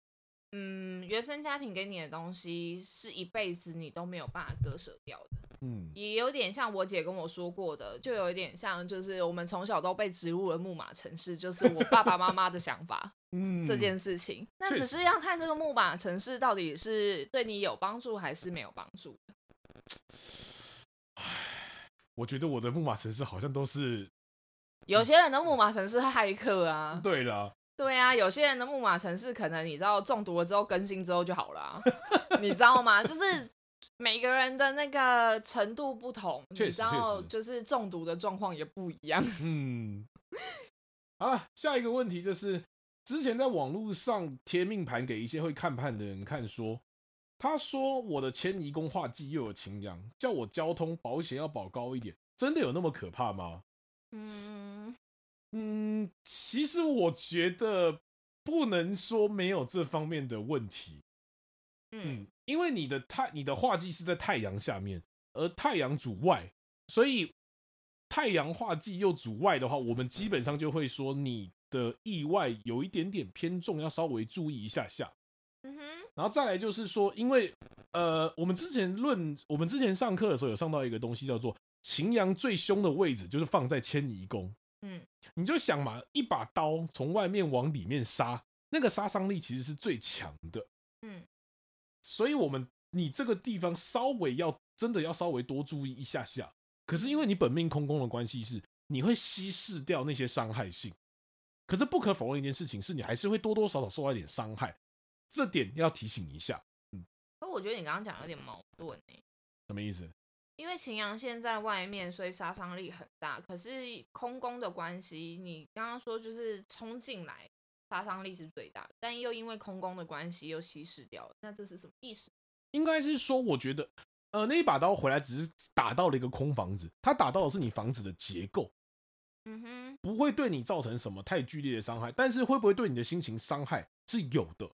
[SPEAKER 2] 嗯，原生家庭给你的东西是一辈子你都没有办法割舍掉的，
[SPEAKER 1] 嗯，
[SPEAKER 2] 也有点像我姐跟我说过的，就有一点像就是我们从小都被植入了木马城市， 就是我爸爸妈妈的想法。
[SPEAKER 1] 嗯
[SPEAKER 2] 这件事情，那
[SPEAKER 1] 确
[SPEAKER 2] 只
[SPEAKER 1] 实
[SPEAKER 2] 是要看这个木马城市到底是对你有帮助还是没有帮助。
[SPEAKER 1] 我觉得我的木马城市好像都是嗯
[SPEAKER 2] 有些人的木马城市骇客啊，
[SPEAKER 1] 对啦，
[SPEAKER 2] 对啊，有些人的木马城市可能你知道中毒了之后更新之后就好了 啊、你知道吗？就是每个人的那个程度不同，
[SPEAKER 1] 确实
[SPEAKER 2] 你知道
[SPEAKER 1] 确实
[SPEAKER 2] 就是中毒的状况也不一样。
[SPEAKER 1] 嗯，好了，下一个问题就是，之前在网络上贴命盘给一些会看盘的人看说，他说我的迁移宫化忌又有擎羊，叫我交通保险要保高一点，真的有那么可怕吗？
[SPEAKER 2] 嗯，
[SPEAKER 1] 嗯，其实我觉得不能说没有这方面的问题，嗯
[SPEAKER 2] 嗯，，
[SPEAKER 1] 因为你的太你的化忌是在太阳下面，而太阳主外，所以太阳化忌又主外的话，我们基本上就会说你的意外有一点点偏重，要稍微注意一下下。
[SPEAKER 2] 嗯哼，
[SPEAKER 1] 然后再来就是说，因为呃，我们之前论我们之前上课的时候有上到一个东西叫做秦阳最凶的位置就是放在迁移宫，
[SPEAKER 2] 嗯，
[SPEAKER 1] 你就想嘛，一把刀从外面往里面杀，那个杀伤力其实是最强的。
[SPEAKER 2] 嗯，
[SPEAKER 1] 所以我们你这个地方稍微要真的要稍微多注意一下下。可是因为你本命空宫的关系是，你会稀释掉那些伤害性。可是不可否认一件事情是，你还是会多多少少受到一点伤害，这点要提醒一下。
[SPEAKER 2] 可我觉得你刚刚讲有点矛盾哎、
[SPEAKER 1] 什么意思？
[SPEAKER 2] 因为秦阳现在外面，所以杀伤力很大。可是空宫的关系，你刚刚说就是冲进来，杀伤力是最大的，但又因为空宫的关系又稀释掉了，那这是什么意思？
[SPEAKER 1] 应该是说，我觉得，呃，那一把刀回来只是打到了一个空房子，它打到的是你房子的结构，
[SPEAKER 2] 嗯哼，
[SPEAKER 1] 不会对你造成什么太剧烈的伤害，但是会不会对你的心情伤害是有的。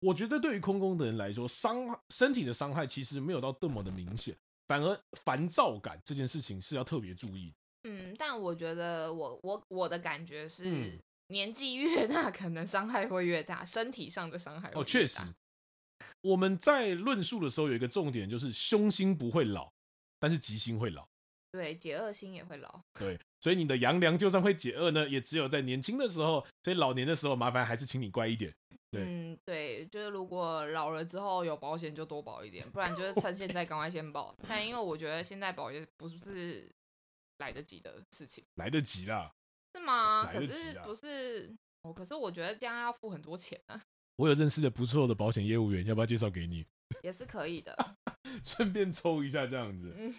[SPEAKER 1] 我觉得对于空宫的人来说，伤身体的伤害其实没有到这么的明显，反而烦躁感这件事情是要特别注意的。
[SPEAKER 2] 嗯，但我觉得我我我的感觉是，
[SPEAKER 1] 嗯
[SPEAKER 2] 年纪越大，可能伤害会越大，身体上的伤害
[SPEAKER 1] 哦，
[SPEAKER 2] 会越
[SPEAKER 1] 确实
[SPEAKER 2] 大，
[SPEAKER 1] 我们在论述的时候有一个重点，就是凶星不会老，但是吉星会老。
[SPEAKER 2] 对，解恶心也会老。
[SPEAKER 1] 对，所以你的阳梁就算会解厄呢，也只有在年轻的时候，所以老年的时候，麻烦还是请你乖一点。对
[SPEAKER 2] 嗯，对，就是如果老了之后有保险就多保一点，不然就是趁现在赶快先保。但因为我觉得现在保也不是来得及的事情，
[SPEAKER 1] 来得及啦，
[SPEAKER 2] 是吗？
[SPEAKER 1] 来
[SPEAKER 2] 可
[SPEAKER 1] 得
[SPEAKER 2] 是
[SPEAKER 1] 及啊
[SPEAKER 2] 不是哦？可是我觉得这样要付很多钱啊，
[SPEAKER 1] 我有认识的不错的保险业务员，要不要介绍给你？
[SPEAKER 2] 也是可以的。
[SPEAKER 1] 顺便抽一下这样子。
[SPEAKER 2] 嗯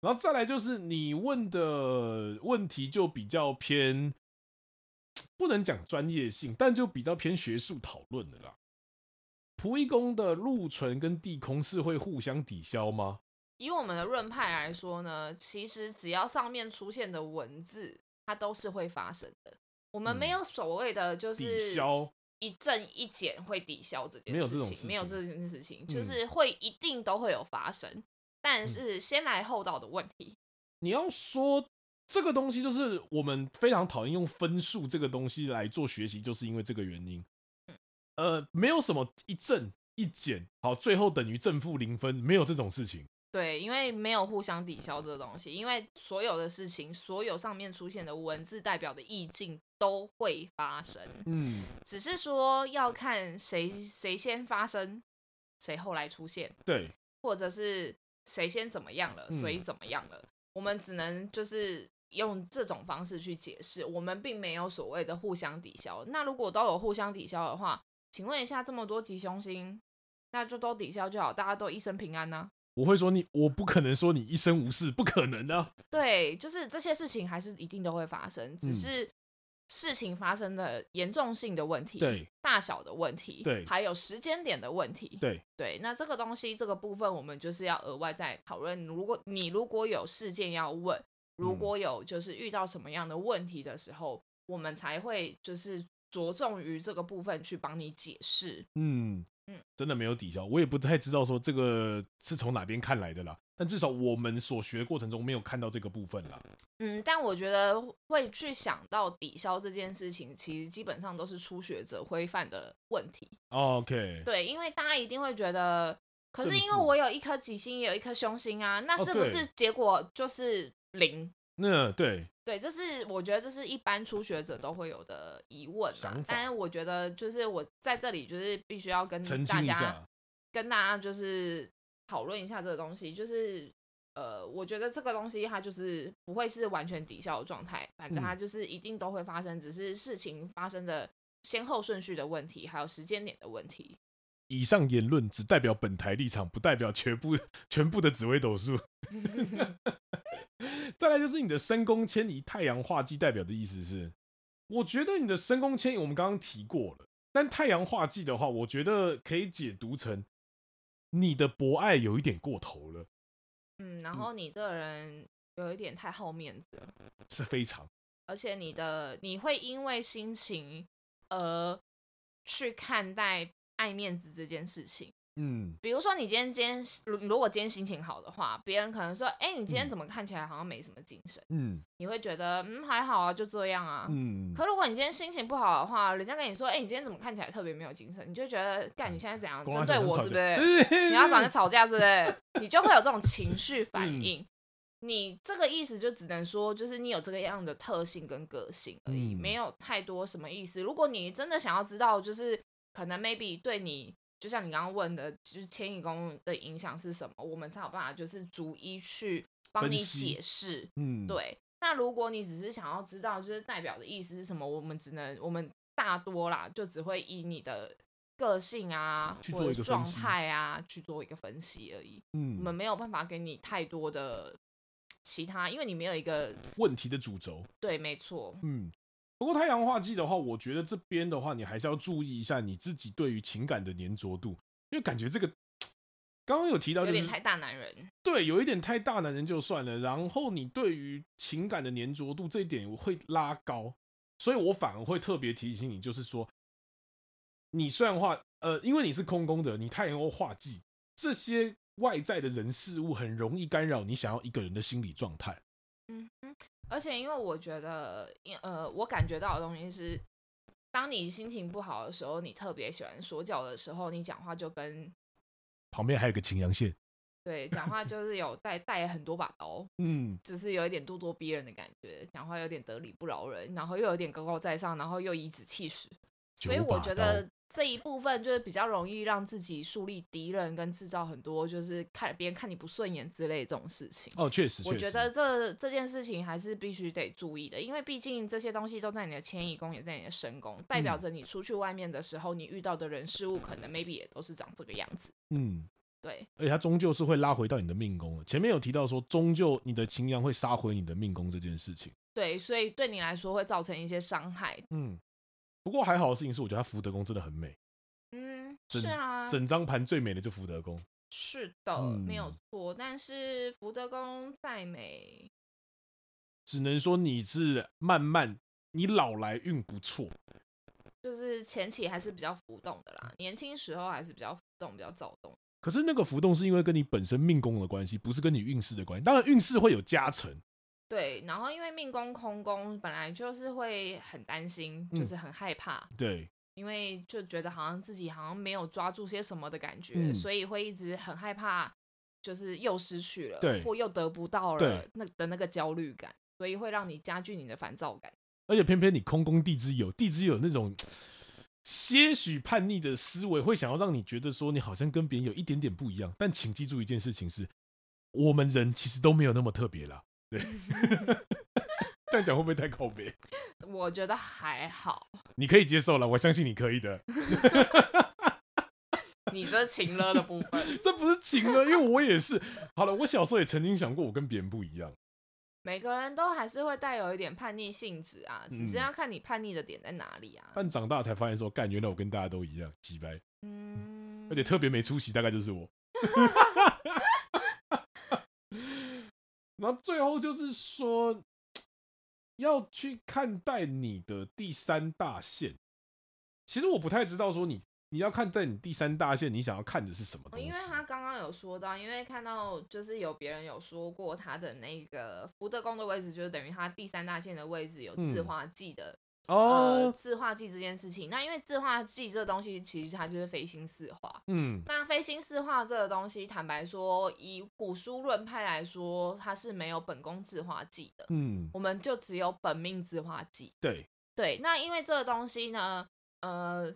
[SPEAKER 1] 然后再来就是你问的问题就比较偏，不能讲专业性，但就比较偏学术讨论的啦。仆役宫的禄存跟地空是会互相抵消吗？
[SPEAKER 2] 以我们的论派来说呢，其实只要上面出现的文字，它都是会发生的。我们
[SPEAKER 1] 嗯
[SPEAKER 2] 没有所谓的就
[SPEAKER 1] 抵
[SPEAKER 2] 是
[SPEAKER 1] 消
[SPEAKER 2] 一正一减会抵消这件
[SPEAKER 1] 没有这
[SPEAKER 2] 事
[SPEAKER 1] 种
[SPEAKER 2] 情，
[SPEAKER 1] 事
[SPEAKER 2] 没有
[SPEAKER 1] 情嗯
[SPEAKER 2] 这件事情，就是会一定都会有发生，但是先来后到的问题。
[SPEAKER 1] 你要说这个东西，就是我们非常讨厌用分数这个东西来做学习，就是因为这个原因。呃，没有什么一正一减，好，最后等于正负零分，没有这种事情。
[SPEAKER 2] 对，因为没有互相抵消这个东西，因为所有的事情，所有上面出现的文字代表的意境都会发生，
[SPEAKER 1] 嗯，
[SPEAKER 2] 只是说要看谁谁先发生，谁后来出现。
[SPEAKER 1] 对，
[SPEAKER 2] 或者是谁先怎么样了，
[SPEAKER 1] 嗯
[SPEAKER 2] 谁怎么样了，我们只能就是用这种方式去解释，我们并没有所谓的互相抵消。那如果都有互相抵消的话，请问一下，这么多吉凶星，那就都抵消就好，大家都一生平安呐、
[SPEAKER 1] 我会说你，我不可能说你一生无事，不可能的、啊。
[SPEAKER 2] 对，就是这些事情还是一定都会发生，
[SPEAKER 1] 嗯
[SPEAKER 2] 只是事情发生的严重性的问题，，
[SPEAKER 1] 对，
[SPEAKER 2] 大小的问题，
[SPEAKER 1] 对
[SPEAKER 2] 还有时间点的问题，
[SPEAKER 1] 对
[SPEAKER 2] 对。那这个东西这个部分，我们就是要额外再讨论。如果你如果有事件要问，如
[SPEAKER 1] 嗯
[SPEAKER 2] 果有就是遇到什么样的问题的时候，我们才会就是着重于这个部分去帮你解释。
[SPEAKER 1] 嗯
[SPEAKER 2] 嗯
[SPEAKER 1] 真的没有抵消，我也不太知道说这个是从哪边看来的啦。但至少我们所学过程中没有看到这个部分啦。
[SPEAKER 2] 嗯，但我觉得会去想到抵消这件事情，其实基本上都是初学者会犯的问题。
[SPEAKER 1] OK，
[SPEAKER 2] 对，因为大家一定会觉得，可是
[SPEAKER 1] 正
[SPEAKER 2] 因为
[SPEAKER 1] 负
[SPEAKER 2] 我有一颗吉星，也有一颗凶星啊，那
[SPEAKER 1] 哦
[SPEAKER 2] 是不
[SPEAKER 1] 对
[SPEAKER 2] 是结果就是零？
[SPEAKER 1] 那对，
[SPEAKER 2] 对，这是我觉得这是一般初学者都会有的疑问
[SPEAKER 1] 想
[SPEAKER 2] 啊
[SPEAKER 1] 法。
[SPEAKER 2] 但是我觉得就是我在这里就是必须要跟
[SPEAKER 1] 澄
[SPEAKER 2] 嗯大
[SPEAKER 1] 清一
[SPEAKER 2] 家
[SPEAKER 1] 下。
[SPEAKER 2] 跟大家就是讨论一下这个东西，就是呃，我觉得这个东西它就是不会是完全抵消的状态，反
[SPEAKER 1] 嗯
[SPEAKER 2] 正它就是一定都会发生，只是事情发生的先后顺序的问题，还有时间点的问题。
[SPEAKER 1] 以上言论只代表本台立场，不代表全部全部的紫微斗数。再来就是你的深宫迁移太阳化忌代表的意思是，我觉得你的深宫迁移我们刚刚提过了，但太阳化忌的话，我觉得可以解读成你的博爱有一点过头了，
[SPEAKER 2] 嗯，然后你这个人有一点太好面子了，
[SPEAKER 1] 是非常
[SPEAKER 2] 而且你的你会因为心情而去看待爱面子这件事情。
[SPEAKER 1] 嗯
[SPEAKER 2] 比如说，你今天今天如如果今天心情好的话，别人可能说：“哎、你今天
[SPEAKER 1] 嗯
[SPEAKER 2] 怎么看起来好像没什么精神？”
[SPEAKER 1] 嗯
[SPEAKER 2] 你会觉得嗯还好啊，就这样啊。
[SPEAKER 1] 嗯，
[SPEAKER 2] 可如果你今天心情不好的话，人家跟你说：“哎、你今天怎么看起来特别没有精神？”你就觉得
[SPEAKER 1] 哎
[SPEAKER 2] 干你现在怎样
[SPEAKER 1] 跟小
[SPEAKER 2] 针对
[SPEAKER 1] 三
[SPEAKER 2] 我
[SPEAKER 1] 吵
[SPEAKER 2] 是不
[SPEAKER 1] 架
[SPEAKER 2] 是？
[SPEAKER 1] 对
[SPEAKER 2] 你要找人吵架，是不是？你就会有这种情绪反
[SPEAKER 1] 嗯
[SPEAKER 2] 应。你这个意思就只能说，就是你有这个样的特性跟个性而已，
[SPEAKER 1] 嗯
[SPEAKER 2] 没有太多什么意思。如果你真的想要知道，就是可能 maybe 对你，就像你刚刚问的，就是迁移宫的影响是什么，我们才有办法就是逐一去帮
[SPEAKER 1] 分
[SPEAKER 2] 你
[SPEAKER 1] 析
[SPEAKER 2] 解释。
[SPEAKER 1] 嗯，，
[SPEAKER 2] 对，那如果你只是想要知道就是代表的意思是什么，我们只能我们大多啦，就只会以你的个性啊
[SPEAKER 1] 去
[SPEAKER 2] 或
[SPEAKER 1] 做
[SPEAKER 2] 者
[SPEAKER 1] 一个
[SPEAKER 2] 是
[SPEAKER 1] 分
[SPEAKER 2] 状
[SPEAKER 1] 析
[SPEAKER 2] 态啊去做一个分析而已。
[SPEAKER 1] 嗯，
[SPEAKER 2] 我们没有办法给你太多的其他，因为你没有一个
[SPEAKER 1] 问题的主轴，
[SPEAKER 2] 对，没错，
[SPEAKER 1] 嗯。不过太阳化忌的话，我觉得这边的话，你还是要注意一下你自己对于情感的粘着度，因为感觉这个刚刚有提到，
[SPEAKER 2] 有
[SPEAKER 1] 就是
[SPEAKER 2] 点太大男人。
[SPEAKER 1] 对，有一点太大男人就算了，然后你对于情感的粘着度这一点我会拉高，所以我反而会特别提醒你，就是说，你虽然话，呃，因为你是空宫的，你太阳又化忌，这些外在的人事物很容易干扰你想要一个人的心理状态。
[SPEAKER 2] 嗯哼，而且因为我觉得，因呃，我感觉到的东西是，当你心情不好的时候，你特别喜欢说教的时候，你讲话就跟
[SPEAKER 1] 旁边还有个秦阳线，
[SPEAKER 2] 对讲话就是有带带很多把刀，
[SPEAKER 1] 嗯，
[SPEAKER 2] 就是有一点咄咄逼人的感觉，讲话有点得理不饶人，然后又有点高高在上，然后又颐指气使，所以
[SPEAKER 1] 九把
[SPEAKER 2] 我觉得这一部分就是比较容易让自己树立敌人跟制造很多就是看别人看你不顺眼之类这种事情。
[SPEAKER 1] 哦，确实，
[SPEAKER 2] 我
[SPEAKER 1] 确
[SPEAKER 2] 觉
[SPEAKER 1] 实
[SPEAKER 2] 得这这件事情还是必须得注意的，因为毕竟这些东西都在你的迁移宫，也在你的身宫，代表
[SPEAKER 1] 嗯
[SPEAKER 2] 着你出去外面的时候，你遇到的人事物可能 maybe 也都是长这个样子。
[SPEAKER 1] 嗯，
[SPEAKER 2] 对，
[SPEAKER 1] 而且它终究是会拉回到你的命宫的。前面有提到说，终究你的秦阳会杀回你的命宫这件事情。
[SPEAKER 2] 对，所以对你来说会造成一些伤害。
[SPEAKER 1] 嗯，不过还好的事情是，我觉得他福德宫真的很美，
[SPEAKER 2] 嗯，
[SPEAKER 1] 真
[SPEAKER 2] 是啊，
[SPEAKER 1] 整张盘最美的就福德宫。
[SPEAKER 2] 是的，没有
[SPEAKER 1] 嗯
[SPEAKER 2] 错。但是福德宫再美，
[SPEAKER 1] 只能说你是慢慢，你老来运不错。
[SPEAKER 2] 就是前期还是比较浮动的啦，年轻时候还是比较浮动、比较躁动。
[SPEAKER 1] 可是那个浮动是因为跟你本身命宫的关系，不是跟你运势的关系。当然运势会有加成，
[SPEAKER 2] 对，然后因为命宫空宫本来就是会很担心，
[SPEAKER 1] 嗯
[SPEAKER 2] 就是很害怕，
[SPEAKER 1] 对，
[SPEAKER 2] 因为就觉得好像自己好像没有抓住些什么的感觉，
[SPEAKER 1] 嗯
[SPEAKER 2] 所以会一直很害怕，就是又失去了，
[SPEAKER 1] 对
[SPEAKER 2] 或又得不到了
[SPEAKER 1] 对
[SPEAKER 2] 那的那个焦虑感，所以会让你加剧你的烦躁感。
[SPEAKER 1] 而且偏偏你空宫地支有，地支有那种。 些许叛逆的思维会想要让你觉得说你好像跟别人有一点点不一样，但请记住一件事情是，我们人其实都没有那么特别啦。对，这样讲会不会太靠背？
[SPEAKER 2] 我觉得还好，
[SPEAKER 1] 你可以接受了，我相信你可以的。
[SPEAKER 2] 你这情了的部分
[SPEAKER 1] 这不是情了，因为我也是。好了，我小时候也曾经想过，我跟别人不一样。
[SPEAKER 2] 每个人都还是会带有一点叛逆性质啊，只是
[SPEAKER 1] 嗯
[SPEAKER 2] 要看你叛逆的点在哪里啊。
[SPEAKER 1] 但长大才发现说，干，原来我跟大家都一样，鸡掰，
[SPEAKER 2] 嗯，
[SPEAKER 1] 而且特别没出息，大概就是我。 然后最后就是说，要去看待你的第三大线。其实我不太知道说你你要看待你第三大线，你想要看的是什么
[SPEAKER 2] 哦
[SPEAKER 1] 东西？
[SPEAKER 2] 因为他刚刚有说到，因为看到就是有别人有说过他的那个福德宫的位置，就是等于他第三大线的位置有自
[SPEAKER 1] 嗯
[SPEAKER 2] 化忌的、呃
[SPEAKER 1] 哦，
[SPEAKER 2] 自化忌这件事情。那因为自化忌这东西其实它就是非心四化。
[SPEAKER 1] 嗯
[SPEAKER 2] 那非心四化这个东西，坦白说，以古书论派来说，它是没有本宫自化忌的，
[SPEAKER 1] 嗯，
[SPEAKER 2] 我们就只有本命自化忌。
[SPEAKER 1] 对，
[SPEAKER 2] 对，那因为这个东西呢，呃，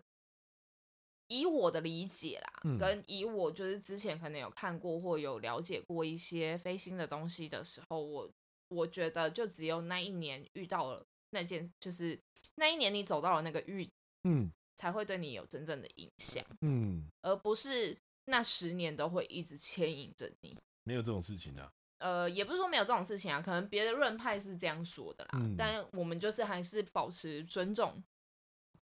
[SPEAKER 2] 以我的理解啦，
[SPEAKER 1] 嗯
[SPEAKER 2] 跟以我就是之前可能有看过或有了解过一些飞星的东西的时候，我我觉得就只有那一年遇到了那件，就是那一年你走到了那个运，
[SPEAKER 1] 嗯
[SPEAKER 2] 才会对你有真正的影响，
[SPEAKER 1] 嗯，
[SPEAKER 2] 而不是那十年都会一直牵引着你。
[SPEAKER 1] 没有这种事情啊。
[SPEAKER 2] 呃，也不是说没有这种事情啊，可能别的论派是这样说的啦，
[SPEAKER 1] 嗯
[SPEAKER 2] 但我们就是还是保持尊重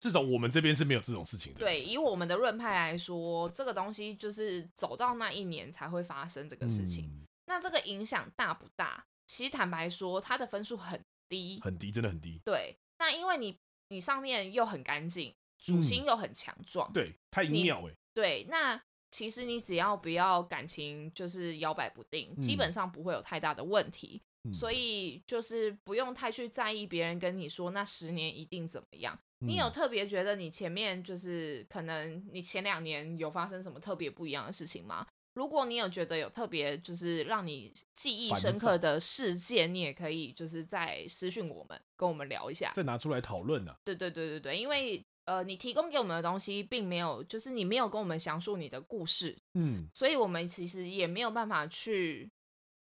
[SPEAKER 1] 至少我们这边是没有这种事情的。，
[SPEAKER 2] 对，以我们的论派来说，这个东西就是走到那一年才会发生这个事情。
[SPEAKER 1] 嗯
[SPEAKER 2] 那这个影响大不大？其实坦白说，它的分数很低。
[SPEAKER 1] 很低，真的很低。
[SPEAKER 2] 对，那因为你你上面又很干净，主
[SPEAKER 1] 嗯
[SPEAKER 2] 心又很强壮。
[SPEAKER 1] 对，太
[SPEAKER 2] 你
[SPEAKER 1] 妙哎、
[SPEAKER 2] 对，那其实你只要不要感情就是摇摆不定，基
[SPEAKER 1] 嗯
[SPEAKER 2] 本上不会有太大的问题。
[SPEAKER 1] 嗯
[SPEAKER 2] 所以就是不用太去在意别人跟你说那十年一定怎么样。你有
[SPEAKER 1] 嗯
[SPEAKER 2] 特别觉得你前面就是可能你前两年有发生什么特别不一样的事情吗？如果你有觉得有特别就是让你记忆
[SPEAKER 1] 烦
[SPEAKER 2] 深
[SPEAKER 1] 躁
[SPEAKER 2] 刻的事件，你也可以就是在私讯我们，跟我们聊一下。
[SPEAKER 1] 再拿出来讨论啊。
[SPEAKER 2] 对对对对对，因为呃，你提供给我们的东西并没有，就是你没有跟我们详述你的故事，
[SPEAKER 1] 嗯，
[SPEAKER 2] 所以我们其实也没有办法去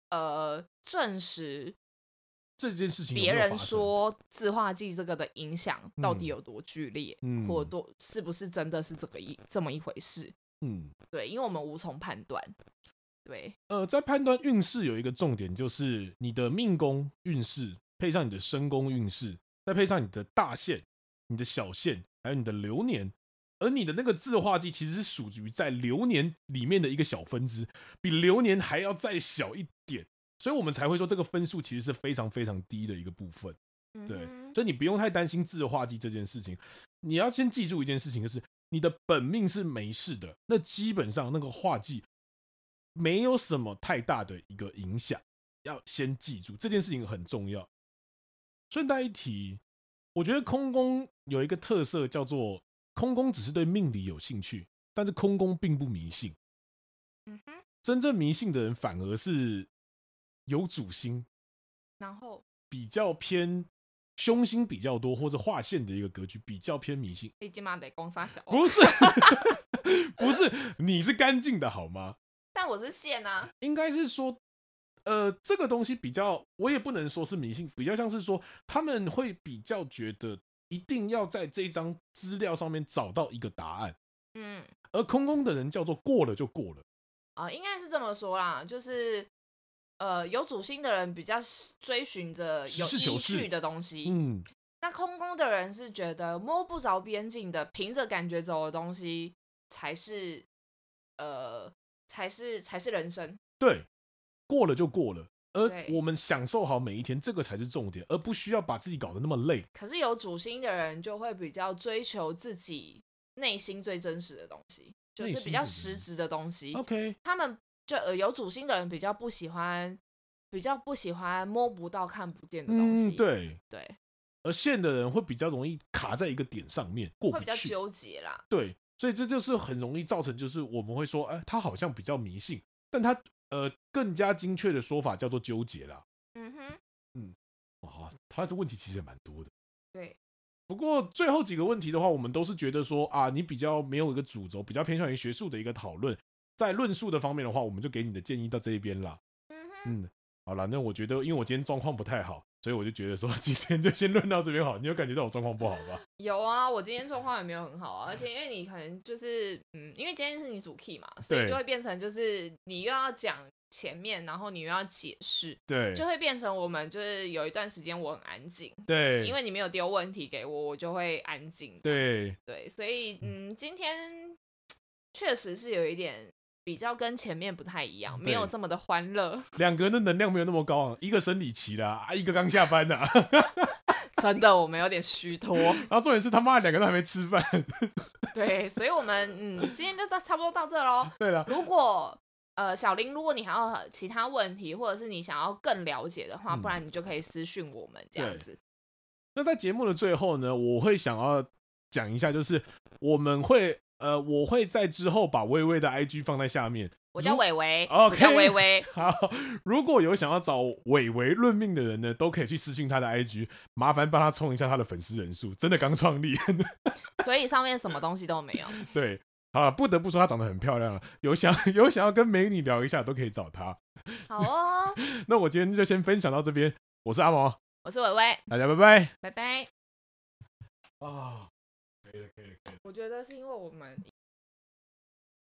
[SPEAKER 2] 呃证实
[SPEAKER 1] 这件事情有没
[SPEAKER 2] 别
[SPEAKER 1] 有
[SPEAKER 2] 人
[SPEAKER 1] 发生，
[SPEAKER 2] 说自画剂这个的影响到底
[SPEAKER 1] 嗯
[SPEAKER 2] 有多剧烈，
[SPEAKER 1] 嗯
[SPEAKER 2] 或多是不是真的是这个一这么一回事？
[SPEAKER 1] 嗯，
[SPEAKER 2] 对，因为我们无从判断。对，
[SPEAKER 1] 呃，在判断运势有一个重点，就是你的命宫运势配上你的身宫运势，再配上你的大限、你的小限，还有你的流年。而你的那个字画技其实是属于在流年里面的一个小分支，比流年还要再小一点，所以我们才会说这个分数其实是非常非常低的一个部分。
[SPEAKER 2] 嗯
[SPEAKER 1] 对
[SPEAKER 2] 哼，
[SPEAKER 1] 所以你不用太担心字画技这件事情。你要先记住一件事情，就是你的本命是没事的，那基本上那个画技没有什么太大的一个影响。要先记住这件事情很重要。顺带一提，我觉得空宫有一个特色叫做空宫只是对命理有兴趣，但是空宫并不迷信。
[SPEAKER 2] 嗯哼，
[SPEAKER 1] 真正迷信的人反而是有主心，
[SPEAKER 2] 然后
[SPEAKER 1] 比较偏凶星比较多，或者划线的一个格局比较偏迷信。
[SPEAKER 2] 你起码哎得攻杀小，
[SPEAKER 1] 不是， 不是，你是干净的好吗？
[SPEAKER 2] 但我是线啊，
[SPEAKER 1] 应该是说，呃，这个东西比较，我也不能说是迷信，比较像是说他们会比较觉得一定要在这张资料上面找到一个答案，
[SPEAKER 2] 嗯，
[SPEAKER 1] 而空空的人叫做过了就过了。
[SPEAKER 2] 啊、应该是这么说啦，就是呃，有主心的人比较是追寻着
[SPEAKER 1] 实
[SPEAKER 2] 有
[SPEAKER 1] 事求
[SPEAKER 2] 依
[SPEAKER 1] 是
[SPEAKER 2] 据的东西，
[SPEAKER 1] 嗯，
[SPEAKER 2] 那空宫的人是觉得摸不着边境的，凭着感觉走的东西才是，呃，才是才是人生。
[SPEAKER 1] 对，过了就过了。而
[SPEAKER 2] 对
[SPEAKER 1] 我们享受好每一天，这个才是重点，而不需要把自己搞得那么累。
[SPEAKER 2] 可是有主心的人就会比较追求自己内心最真实的东西，就
[SPEAKER 1] 内
[SPEAKER 2] 是
[SPEAKER 1] 心
[SPEAKER 2] 比较
[SPEAKER 1] 最真
[SPEAKER 2] 实
[SPEAKER 1] 实哦
[SPEAKER 2] 质的东西。
[SPEAKER 1] OK，
[SPEAKER 2] 他们就呃有主心的人比较不喜欢，比较不喜欢摸不到、看不见的东西。
[SPEAKER 1] 嗯，对，
[SPEAKER 2] 对，
[SPEAKER 1] 而线的人会比较容易卡在一个点上面过不
[SPEAKER 2] 会比较
[SPEAKER 1] 去，
[SPEAKER 2] 纠结啦。
[SPEAKER 1] 对，所以这就是很容易造成，就是我们会说，哎、他好像比较迷信，但他呃更加精确的说法叫做纠结啦。
[SPEAKER 2] 嗯哼，
[SPEAKER 1] 哇，他的问题其实也蛮多的。
[SPEAKER 2] 对，
[SPEAKER 1] 不过最后几个问题的话，我们都是觉得说啊，你比较没有一个主轴，比较偏向于学术的一个讨论，在论述的方面的话，我们就给你的建议到这一边啦。
[SPEAKER 2] 嗯哼，
[SPEAKER 1] 嗯，好了，那我觉得因为我今天状况不太好，所以我就觉得说今天就先论到这边好。你有感觉到我状况不好吧？
[SPEAKER 2] 有啊，我今天状况也没有很好啊，而且因为你可能就是嗯，因为今天是你主 key 嘛，所以
[SPEAKER 1] 对
[SPEAKER 2] 就会变成就是你又要讲前面，然后你又要解释，
[SPEAKER 1] 对，
[SPEAKER 2] 就会变成我们就是有一段时间我很安静，
[SPEAKER 1] 对，
[SPEAKER 2] 因为你没有丢问题给我，我就会安静。
[SPEAKER 1] 对，
[SPEAKER 2] 对，所以嗯，今天确实是有一点比较跟前面不太一样，没有
[SPEAKER 1] 对
[SPEAKER 2] 这么的欢乐，
[SPEAKER 1] 两个人的能量没有那么高啊，一个生理期啦，啊， 一个刚下班啦，
[SPEAKER 2] 真的我们有点 虚脱。
[SPEAKER 1] 然后重点是他妈的两个都还没吃饭。
[SPEAKER 2] 对，所以我们嗯，今天就到差不多到这喽。
[SPEAKER 1] 对了，
[SPEAKER 2] 如果呃小林，如果你还有其他问题，或者是你想要更了解的话，
[SPEAKER 1] 嗯
[SPEAKER 2] 不然你就可以私讯我们这样
[SPEAKER 1] 对
[SPEAKER 2] 子。
[SPEAKER 1] 那在节目的最后呢，我会想要讲一下，就是我们会呃，我会在之后把微微的 IG 放在下面。
[SPEAKER 2] 我叫
[SPEAKER 1] 如
[SPEAKER 2] 伟伟，我
[SPEAKER 1] OK
[SPEAKER 2] 叫微微，
[SPEAKER 1] 好，如果有想要找伟伟论命的人呢，都可以去私信他的 IG，麻烦帮他冲一下他的粉丝人数，真的刚创立。
[SPEAKER 2] 所以上面什么东西都没有。
[SPEAKER 1] 对，啊，不得不说她长得很漂亮啊，有想有想要跟美女聊一下都可以找她。
[SPEAKER 2] 好哦，
[SPEAKER 1] 那我今天就先分享到这边，我是阿毛，
[SPEAKER 2] 我是伟伟，
[SPEAKER 1] 大家拜拜。
[SPEAKER 2] 拜拜。
[SPEAKER 1] 哦啊，可以了，可以了，可以了。
[SPEAKER 2] 我觉得是因为我们